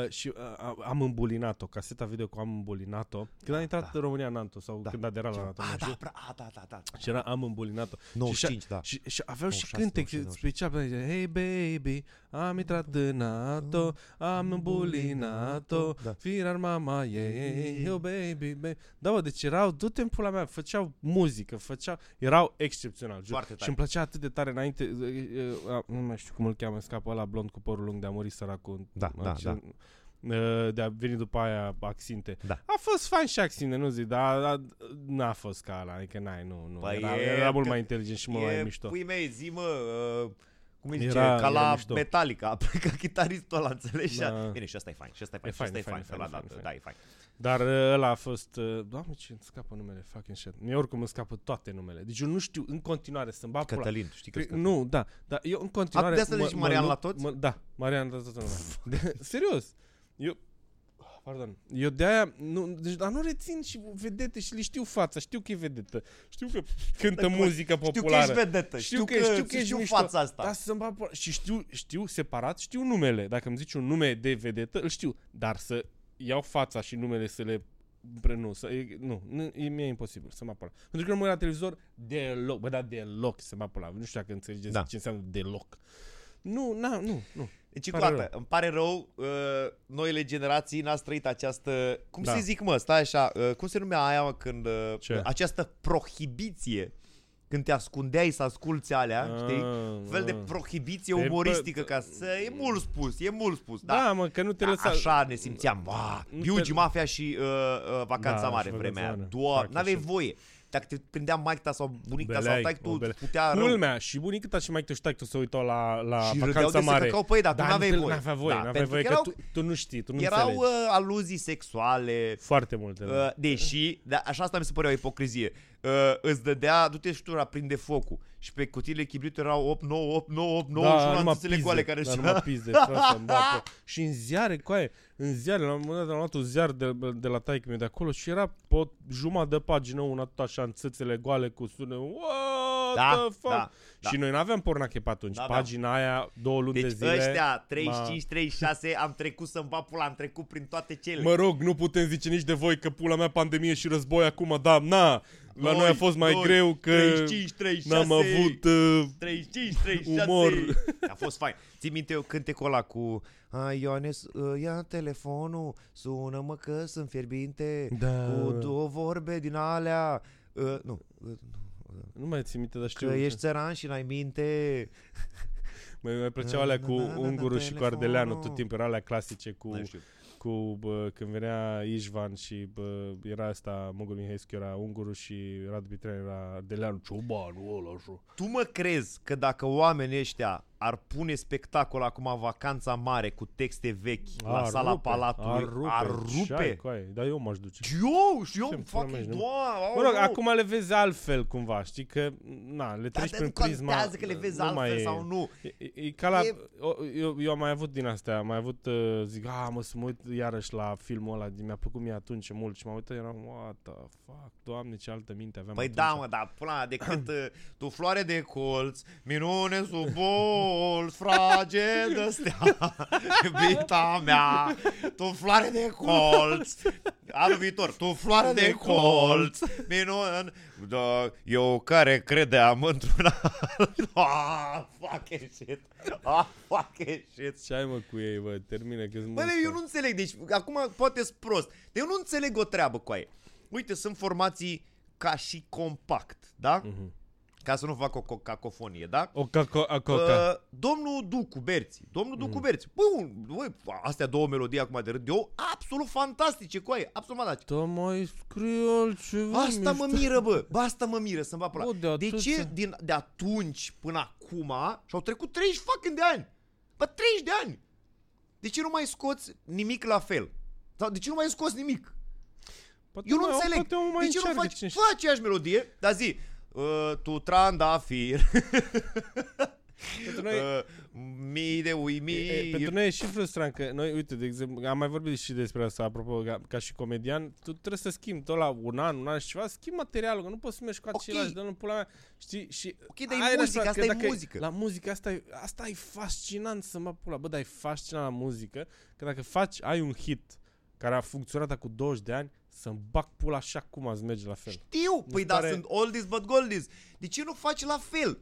S3: Uh, și uh, a- am îmbulinat-o, caseta video cu am îmbulinat-o, când a intrat în România NATO sau când aderat la NATO.
S2: A,
S3: nu știu.
S2: da, bra- a, da, da, da.
S3: Și era am îmbulinat-o.
S2: 95,
S3: și,
S2: da.
S3: Și, și aveau și
S2: 96,
S3: cântec
S2: 96.
S3: special. pe- Hey baby, am intrat în NATO, am îmbulinat-o,
S2: Da.
S3: firar mama ei, eu baby, baby. Da, bă, deci erau, du-te în pula mea, făceau muzică, făceau, erau excepțional. jur.
S2: Foarte tare.
S3: Și îmi plăcea atât de tare înainte, e, e, a, nu mai știu cum îl cheamă, scapă ăla blond cu părul lung de a murit săracul.
S2: Da,
S3: Mă,
S2: da,
S3: ce-
S2: da.
S3: uh, de a venit după aia Axinte.
S2: Da.
S3: A fost fan și Axinte, nu zic, dar a, n-a fost ca ala, adică n-ai, nu, nu.
S2: Păi
S3: era,
S2: e
S3: era mult
S2: că-
S3: mai inteligent și mult mai
S2: e,
S3: mișto.
S2: pui mei, zi mă, uh, cum îi
S3: Era-
S2: zice, era,
S3: era
S2: ca la
S3: mișto.
S2: Metallica, a plecat chitaristul ăla, înțelegi? Și a-
S3: Da.
S2: Bine, și asta e fain, și asta e fain, și
S3: fain,
S2: asta e
S3: e fain,
S2: fain,
S3: e fain, e
S2: felul
S3: fain.
S2: da, e fain.
S3: Dar uh, ăla a fost... uh, Doamne, ce îmi scapă numele, fucking shit. Mie oricum îmi scapă toate numele. Deci eu nu știu în continuare să-mi bag pula.
S2: Cătălin, tu știi că
S3: Cred- Nu, da, dar eu în continuare...
S2: Abia să le zici Marian
S3: lupt-
S2: la toți?
S3: Mă, da, Marian la toată lumea. De, serios. Eu... Pardon. Eu de-aia... Nu, deci, dar nu rețin și vedete și le știu fața. Știu că e vedetă. Știu că cântă muzică
S2: știu că
S3: populară.
S2: ești vedetă, știu că, știu că știu
S3: mișto, Da,
S2: fața asta.
S3: Dar să-mi bag pula- Și știu, știu separat, știu numele. Dacă îmi zici un nume de vedetă, îl știu. Dar să iau fața și numele să le Pre, nu, să, e, nu, nu e, mie e imposibil să mă apăr. Pentru că nu mă uit la televizor deloc, bă, da, deloc să mă apăr. Nu știu dacă înțelegeți
S2: Da.
S3: da. ce înseamnă deloc. Nu, na, nu, nu.
S2: Deci,
S3: Pare
S2: încă o dată,
S3: rău.
S2: îmi pare rău, uh, noile generații n-ați trăit această, cum
S3: Da.
S2: se zic mă, stai așa, uh, cum se numea aia mă, când, uh,
S3: Ce?
S2: această prohibiție, când te ascundeai să asculti alea, știi?
S3: Ah,
S2: fel de
S3: ah.
S2: prohibiție
S3: Pe-
S2: umoristică,
S3: bă,
S2: ca să... E mult spus, e mult spus, da.
S3: Da, mă, că nu te
S2: A-
S3: lăsa...
S2: Așa ne simțeam. Ba,
S3: Nu
S2: Biugi,
S3: te-
S2: Mafia și uh, uh, Vacanța
S3: Da,
S2: Mare
S3: și
S2: vremea aia.
S3: Vacanța Mare.
S2: Doar,
S3: Fac
S2: n-aveai
S3: așa.
S2: voie. Dacă te prindea maica sau bunica sau
S3: Obeleai,
S2: taic, tu
S3: obele-
S2: putea rău.
S3: Culmea, și bunica ta și mai tu și taică se uitau la, la
S2: Și râdeau de
S3: vacanța
S2: se
S3: mare.
S2: căcau pe ei, dar tu
S3: da,
S2: n-aveai
S3: nu te-
S2: voie.
S3: N-aveai voie,
S2: Da,
S3: n-aveai
S2: pentru
S3: voie,
S2: că
S3: că,
S2: erau-
S3: tu, tu nu știi, tu nu
S2: Erau
S3: înțelegi.
S2: uh, aluzii sexuale.
S3: Foarte multe.
S2: Uh,
S3: da.
S2: deși, da, așa asta mi se părea o ipocrizie. Uh, îți dădea, du-te și tu aprinde focul. Și pe cutiile chibrit erau 8, 9, 8, 9, 8, 9 și una
S3: Da, numai
S2: în goale care
S3: da, numai pizde, frate, îmi bapă. Și în ziare, coaie, în ziare, la un moment dat am luat un ziar de, de la taică meu de acolo și era pe o jumătate de pagină una tot așa în țâțele goale cu sunet. What
S2: Da,
S3: the fuck?
S2: da, da.
S3: Și noi n-aveam pornache pe atunci.
S2: N-aveam.
S3: Pagina aia, două luni de
S2: Deci
S3: zile.
S2: ăștia,
S3: m-a-
S2: 35-36, am trecut să-mi va pula, am trecut prin toate cele.
S3: Mă rog, nu putem zice nici de voi că pula mea pandemie și război acum, da, na, la noi a fost mai
S2: noi,
S3: greu că
S2: 35, 36,
S3: n-am avut... Uh,
S2: 35, 36
S3: umor.
S2: A fost fain Ții minte eu cântecul ăla cu Hai Ioanes, uh, ia telefonul Sună-mă că sunt fierbinte
S3: Da.
S2: Cu două vorbe din alea Uh, Nu uh,
S3: nu mai țin minte, dar
S2: Că
S3: știu. da.
S2: ești țăran și n-ai minte
S3: Mai, mai plăceau
S2: Da,
S3: alea cu
S2: Na, na, na,
S3: Unguru și cu
S2: telefonul.
S3: Ardeleanu tot timpul, erau alea clasice cu,
S2: Nu Da, știu.
S3: cu bă, când venea Ișvan și bă, era asta, Mogul Mihescu era Unguru și Radu Pitrean era Ardeleanu, ciobanul ăla așa.
S2: Tu mă crezi că dacă oamenii ăștia ar pune spectacol acum vacanța mare cu texte vechi la
S3: Ar
S2: sala
S3: rupe,
S2: palatului,
S3: ar rupe,
S2: ar
S3: Șai,
S2: rupe.
S3: coaie, dar eu m-aș duce.
S2: Eu, și eu,
S3: Ce-mi pula mea,
S2: fucking,
S3: nu-
S2: doamne,
S3: Mă rog,
S2: aoleu.
S3: acum le vezi altfel cumva, știi că, na, le
S2: Dar
S3: treci
S2: nu
S3: prin prisma...
S2: contează că le vezi
S3: nu mai
S2: altfel
S3: e-
S2: sau nu.
S3: E, e- e ca la,
S2: E-
S3: o, eu, eu am mai avut din astea, am mai avut, uh, zic, a, mă, să mă uit iarăși la filmul ăla, mi-a plăcut mie atunci mult și m-am uitat, eram, what the fuck, doamne, ce altă minte aveam
S2: Păi
S3: atunci.
S2: da, mă, dar până la decât uh, tu floare de colț, minune sub bolț, frage de stea, iubita mea, tu floare de colț, anul viitor, tu floare de colț, minune, da, eu care credeam într-un alt, ah, fucking shit, ah, fucking shit.
S3: Ce ai, mă, cu ei, bă, termină, că
S2: Bă, eu nu înțeleg, deci acum poate sunt prost, dar eu nu înțeleg o treabă cu aia. Uite, sunt formații ca și compact, da?
S3: Mhm.
S2: Ca să nu fac o co- cacofonie, da?
S3: O caco, a coca.
S2: Uh, domnul Ducu Berți, domnul Ducu Berți, bă, un- băi, astea două melodii acum de râd, eu, absolut fantastice cu aia, absolut fantastice.
S3: Da, mai scriu altceva,
S2: Asta mă miră, bă, bă, asta mă miră, să-mi va pula.
S3: Bă, de
S2: de ce
S3: atâția.
S2: din, de atunci până acum și-au trecut 30 fucking de ani? Bă, 30 de ani! De ce nu mai scoți nimic la fel? Sau de ce nu mai scoți nimic?
S3: Poate
S2: Eu nu
S3: mai-
S2: înțeleg.
S3: Poate omul mai
S2: de ce nu
S3: încearcă,
S2: faci?
S3: cine
S2: Fă
S3: știe.
S2: aceeași melodie, dar zi, uh, tu trandafir,
S3: Pentru noi-
S2: uh, mii de
S3: Păi- E, e, pentru
S2: uimiri.
S3: noi e și frustrant că noi, uite, de exemplu, am mai vorbit și despre asta, apropo, ca, ca și comedian, tu trebuie să schimbi tot la un an, un an și ceva, schimbi materialul, că nu poți să mergi cu
S2: Ok.
S3: același, dar nu pula mea, știi? Și
S2: Ok, dar e
S3: aia
S2: muzică,
S3: nașpa, că
S2: asta e
S3: dacă
S2: muzică.
S3: La muzică, asta e, asta e fascinant să mă pula, bă, dar e fascinant la muzică, că dacă faci, ai un hit care a funcționat acum 20 de ani, să-mi bag pula și acum ați merge la fel.
S2: Știu, păi
S3: se
S2: da,
S3: pare-
S2: sunt oldies but goldies. De ce nu faci la fel?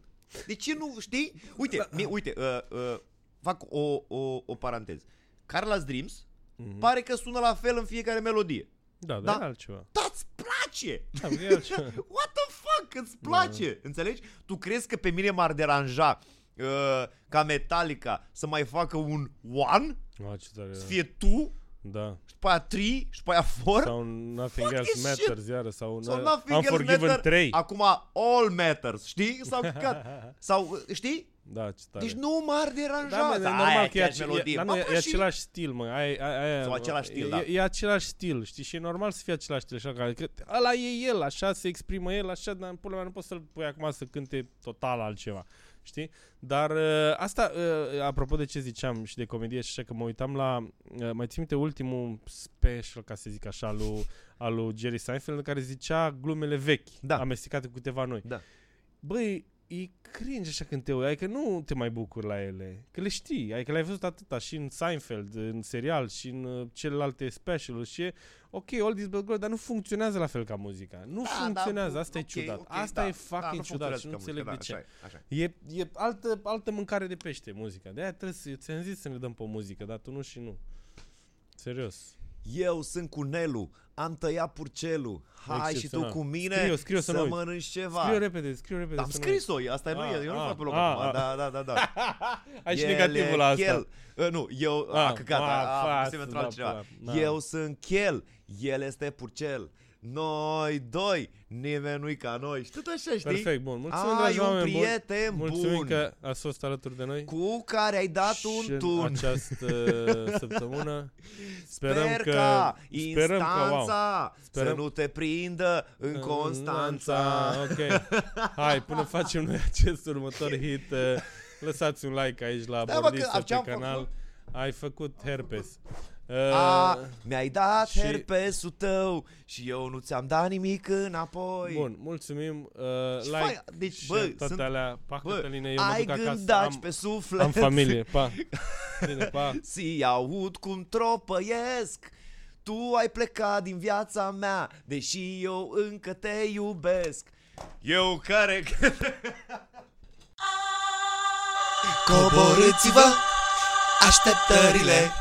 S2: De ce nu, știi?
S3: Da.
S2: Uite, mie, uite, uh, uh, fac o, o, o paranteză. Carla's Dreams
S3: Mhm.
S2: pare că sună la fel în fiecare melodie.
S3: Da, dar
S2: Da.
S3: e altceva.
S2: Dar îți place!
S3: Da, e altceva.
S2: What the fuck? Îți
S3: Mhm.
S2: place, înțelegi? Tu crezi că pe mine m-ar deranja uh, ca Metallica să mai facă un one?
S3: Mă, ce tare,
S2: Să
S3: da.
S2: fie tu
S3: Da.
S2: și după aia 3 și după aia 4.
S3: Sau Nothing
S2: Fuck
S3: Else
S2: is
S3: Matters, iară, sau,
S2: Sau
S3: na-
S2: Nothing Else
S3: Unforgiven
S2: Matter,
S3: 3.
S2: Acum all matters, știi? Sau, cat, sau știi?
S3: Da, ce tare.
S2: Deci nu m-ar deranja.
S3: da, mă, e
S2: dar
S3: normal
S2: aia
S3: că e,
S2: aceeași
S3: ace-
S2: melodie.
S3: e, da,
S2: Bă,
S3: nu, e,
S2: bă,
S3: e
S2: și-
S3: același stil, mă. Ai, ai, ai,
S2: Sau același stil,
S3: e,
S2: da.
S3: E, e același stil, știi? Și e normal să fie același stil, așa că, că ăla e el, așa se exprimă el, așa, dar în pula mea nu poți să-l pui acum să cânte total altceva. Știi? Dar uh, asta, uh, apropo de ce ziceam și de comedie și așa, că mă uitam la, uh, mai țin minte ultimul special, ca să zic așa, al lui, al lui Jerry Seinfeld, în care zicea glumele vechi,
S2: Da.
S3: amestecate cu câteva noi.
S2: Da.
S3: Băi, e cringe așa când te uiți, adică nu te mai bucuri la ele, că le știi, adică le-ai văzut atâta și în Seinfeld, în serial și în uh, celelalte special și e ok, all this but gold, dar nu funcționează la fel ca muzica. Nu
S2: Da, da,
S3: funcționează,
S2: bu-
S3: asta e
S2: ok,
S3: ciudat.
S2: ok,
S3: asta
S2: da,
S3: e
S2: da,
S3: fucking
S2: nu
S3: ciudat și
S2: funcționează
S3: nu înțeleg
S2: ca
S3: de
S2: muzică,
S3: ce.
S2: da, așa e, așa
S3: E, e altă, altă mâncare de pește muzica. De-aia trebuie să, ți-am zis să ne dăm pe muzică, dar tu nu și nu. Serios.
S2: e. Eu sunt cu Nelu, am tăiat purcelul. Hai și tu
S3: Excepțional.
S2: cu mine
S3: Scriu, scriu să nu uit.
S2: mănânci ceva.
S3: Scriu repede, scriu repede.
S2: am
S3: să nu Ah,
S2: scris-o, asta nu
S3: A,
S2: e, eu nu
S3: a,
S2: fac pe loc
S3: a,
S2: acum.
S3: a.
S2: Da, da, da, da.
S3: uiți. Ai și
S2: El e
S3: negativul la asta.
S2: Chel. Uh, nu, eu, a,
S3: Ah,
S2: căcat,
S3: ah,
S2: a, a,
S3: fas,
S2: se
S3: da,
S2: altcineva.
S3: pula, da.
S2: Eu sunt Chel, el este Purcel. Noi doi, nimeni nu-i ca noi. Și tot așa, știi?
S3: Perfect, bun. Mulțumim,
S2: Ai
S3: dragi
S2: un
S3: oameni buni.
S2: prieten
S3: Mulțumim
S2: bun.
S3: că ați fost alături de noi.
S2: Cu care ai dat
S3: și
S2: un
S3: în
S2: tun.
S3: această săptămână. Sperăm
S2: Sper
S3: că...
S2: ca
S3: sperăm că, wow.
S2: instanța să
S3: Sperăm-
S2: nu te prindă în Constanța.
S3: Ok. Hai, până facem noi acest următor hit, uh, lăsați un like aici la
S2: Da, bă, că
S3: Bordisă
S2: ce-am
S3: pe canal.
S2: făcut?
S3: Ai făcut herpes. Uh,
S2: A, mi-ai dat
S3: și-
S2: herpesul tău și eu nu ți-am dat nimic înapoi.
S3: Bun, mulțumim. Uh,
S2: Și
S3: like
S2: fain- deci,
S3: și
S2: bă,
S3: toate
S2: sunt-
S3: alea. Pa,
S2: Bă,
S3: Cătăline, eu mă
S2: ai
S3: duc acasă.
S2: gândaci
S3: Am,
S2: pe suflet.
S3: am familie. Pa. Bine, pa.
S2: Si aud cum tropăiesc Tu ai plecat din viața mea Deși eu încă te iubesc Eu care...
S1: Coborâți-vă Așteptările